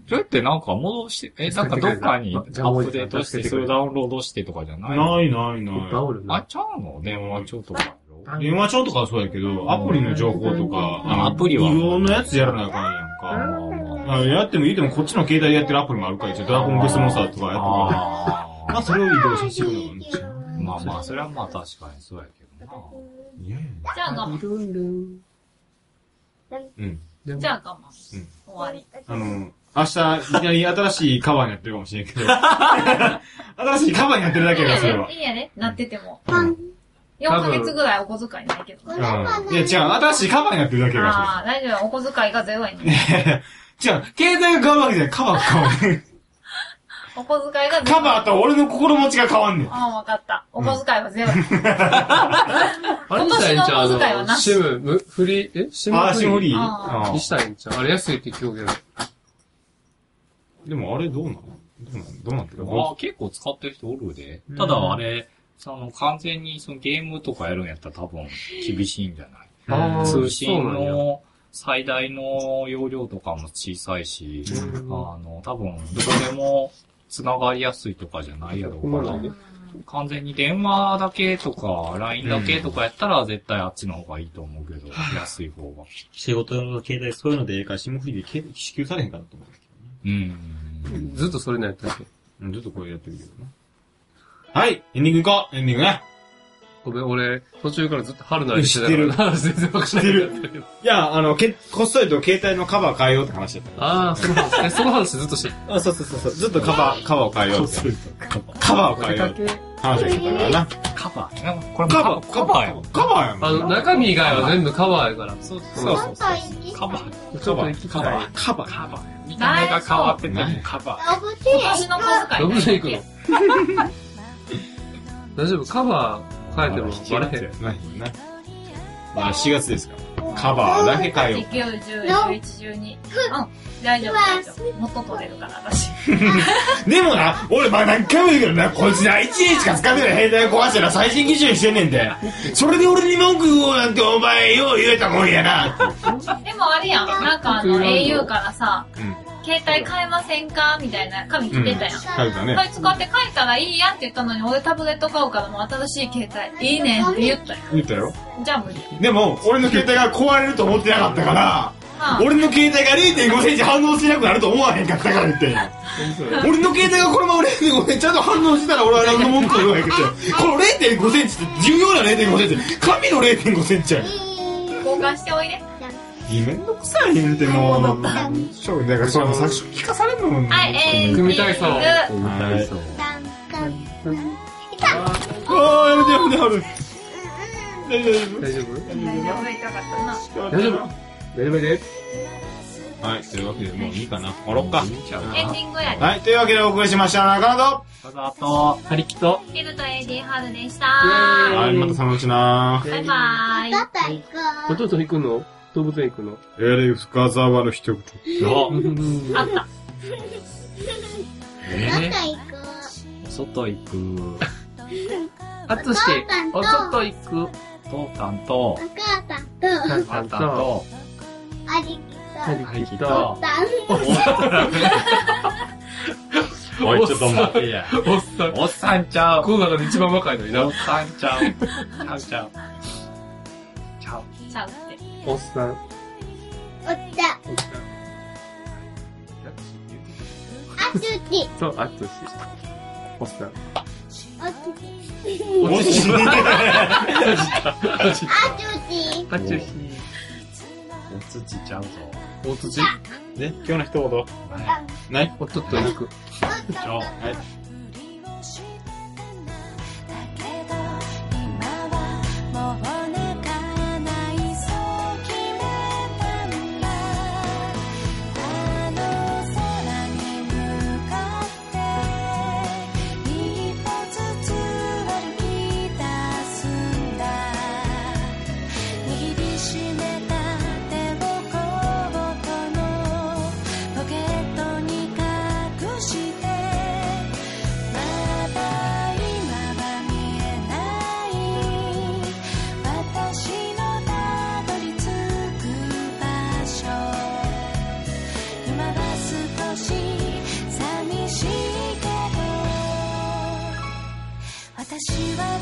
Speaker 4: それってなんか戻して、え、なんかどっかにアップデートして、それをダウンロードしてとかじゃないの
Speaker 3: ないないない
Speaker 2: っぱいお
Speaker 3: い。
Speaker 2: る
Speaker 4: あ
Speaker 2: な。
Speaker 4: ちゃうの電話帳とかやろ
Speaker 3: 電話帳とかはそうやけど、アプリの情報とか、あの、
Speaker 4: アプリは
Speaker 3: 無料のやつやらなあかんやん
Speaker 4: まあ
Speaker 3: か。
Speaker 4: まあ
Speaker 3: あやっても言うてもこっちの携帯でやってるアプリもあるから、一応ドラゴンクエストモンスターとかやってもら
Speaker 4: あ
Speaker 3: ま
Speaker 4: ー
Speaker 3: あそれを移動させてるのもんね。
Speaker 4: まあまあ、それはまあ確かにそうやけどな。
Speaker 3: いやいや
Speaker 5: じゃあ我慢。
Speaker 2: ルンルン。
Speaker 3: うん。
Speaker 5: じゃあ我慢。終わり。
Speaker 3: あの、明日、いきなり新しいカバーになってるかもし れんけど。新しいカバーになってるだ
Speaker 5: いい
Speaker 3: けだ、
Speaker 5: や
Speaker 3: それは
Speaker 5: ね、。いいやね、なってても。
Speaker 7: パン。
Speaker 5: 4ヶ月ぐらいお小遣いないけど。
Speaker 3: うん。いや、違う、新しいカバーになってるだけだ、それは
Speaker 5: ああ、大丈夫。お小遣いがゼロ円に。
Speaker 3: 違う、携帯が変わるわけじゃない。カバーが変わる。
Speaker 5: お小遣いがゼロ
Speaker 3: カバーと俺の心持ちが変わんねん。
Speaker 5: ああ、わかった。お小遣いはゼロ円。
Speaker 2: あれしたいんちゃう
Speaker 5: 今年のお小遣いは
Speaker 2: あの、
Speaker 5: なし
Speaker 2: シム、むフリー、えシム
Speaker 3: あー、シムフリー。
Speaker 5: あ
Speaker 3: あ
Speaker 2: に
Speaker 3: ー
Speaker 2: したいんちゃうあれ安いって今日やる。
Speaker 3: でもあれどうなのどうなのどうなってる
Speaker 4: まあ結構使ってる人おるで。ただあれ、その完全にそのゲームとかやるんやったら多分厳しいんじゃない
Speaker 2: あー
Speaker 4: 通信
Speaker 2: そうなん
Speaker 4: の最大の容量とかも小さいし、あ
Speaker 2: うん
Speaker 4: の、多分どこでも繋がりやすいとかじゃないやろうから、完全に電話だけとか、LINE だけとかやったら絶対あっちの方がいいと思うけど、安い方が。
Speaker 3: 仕事の携帯そういうのでええから、シムフリーでけ支給されへんかなと思うけ
Speaker 4: うん。
Speaker 2: ずっとそれなんやったっけ
Speaker 3: どね。うんずっとこれやってるけどな。はい、エンディング行こうエンディングね。
Speaker 2: ごめん、俺、途中からずっと春の味してたから、全然わかんない。る。
Speaker 3: いや、あの、け、こっそりと携帯のカバー変えようって話だっ
Speaker 2: ああ、その話、え、その話ずっとして。
Speaker 3: た。あ、そうそうそうそう。ずっとカバー、カバーを変えようって。カバーを変えようって話だったからな。
Speaker 4: カバーやな。これ
Speaker 3: カバー、
Speaker 4: カバーやん。
Speaker 3: カバーやもんな
Speaker 2: あの、中身以外は全部カバーやから。
Speaker 4: そう
Speaker 2: そう
Speaker 4: そうそう。カバー。
Speaker 2: ちょっと行き
Speaker 4: カ
Speaker 2: たい
Speaker 4: バー。。
Speaker 3: カバー。
Speaker 4: カバーや。見た目が変わっててもカバー。
Speaker 5: 今年の小遣い
Speaker 2: どこ
Speaker 5: ない
Speaker 2: で行くの 大丈夫カバー変えてもバレへん。
Speaker 3: ないよね。まあ、4月ですから。カバーだけ変えよう。
Speaker 5: 9、10、11、12。うん。大丈夫、大丈夫。もっと取れるから、私。
Speaker 3: でもな、俺まあ何回も言うけどな、こいつな、1年しか使ってない兵隊壊してな、最新機種にしてんねんで。それで俺に文句をなんてお前よう言えたもんやな。
Speaker 5: でもあれやん。なんかあの、au からさ、
Speaker 3: うん。
Speaker 5: 携帯変えませんかみたいな紙来てたやん。
Speaker 3: 書いたね
Speaker 5: こ。れ使って書いたらいいやんって言ったのに、俺タブレット買うからもう新しい携帯、いいねんって言ったよ。
Speaker 3: 言ったよ。
Speaker 5: じゃあ無理や。
Speaker 3: でも、俺の携帯が壊れると思ってなかったから、
Speaker 5: まあ、
Speaker 3: 俺の携帯が0.5センチ反応しなくなると思わへんかったから言ってんや。俺の携帯がこのまま0.5センチちゃんと反応したら俺は何の文句も言わへんけど、この0.5センチって重要な0.5センチ。神の0.5センチやん。
Speaker 5: 交換しておいで。
Speaker 3: めんどくさいねんってもう。しょうだからそれも作詞聞かされるのもんね
Speaker 5: はい、えー、
Speaker 2: 組み体操
Speaker 5: グ
Speaker 3: はい
Speaker 7: た
Speaker 3: ああ、やめてやめてやめて。大丈夫
Speaker 2: 大丈夫
Speaker 5: ー大丈夫、痛かったな。
Speaker 2: 大丈夫大丈夫です。
Speaker 3: 夫はい、というわけでもういいかな。おろっか。
Speaker 5: エンディングやで。
Speaker 3: はい、というわけでお送りしました、中野と。
Speaker 4: カバーと、張り切と、
Speaker 5: ヒルと AD ハルでした。
Speaker 2: イ
Speaker 3: はい、またそのうちな。
Speaker 5: バイバーイ。
Speaker 7: た行こう。
Speaker 2: 弟行くの動物園行くの
Speaker 3: エレ深沢の一言。
Speaker 5: あった。
Speaker 4: え
Speaker 7: た
Speaker 4: ー
Speaker 7: 行こ
Speaker 4: 外行く、
Speaker 2: あとして、お外行く。
Speaker 4: 父さんと
Speaker 7: う。お、母さんと、
Speaker 2: なん
Speaker 4: パ
Speaker 2: か
Speaker 4: ンタンと、
Speaker 7: 兄貴と、
Speaker 4: 張り切とお
Speaker 7: おっ、さん。
Speaker 4: い、ちょっと待ってや。
Speaker 2: おっさん。
Speaker 4: おっさんちゃう。
Speaker 2: この中で一番若いのに
Speaker 4: お
Speaker 2: な
Speaker 4: っ。さんちゃう。ちゃうちゃう。ちゃう。
Speaker 5: ちゃうって。
Speaker 2: おっさん。
Speaker 7: おっちゃん。あつち。
Speaker 2: そう、あっとし。おっさん。
Speaker 7: お
Speaker 3: おち
Speaker 7: ちち。
Speaker 3: ち。
Speaker 7: あつち。
Speaker 2: あっとし。
Speaker 4: おつちちゃうぞ。
Speaker 2: お土
Speaker 3: ね、今日の一言。ない
Speaker 2: おちょっと行く。
Speaker 4: ちゃう。
Speaker 3: はい。
Speaker 8: 「今はもう泣かないそう」私は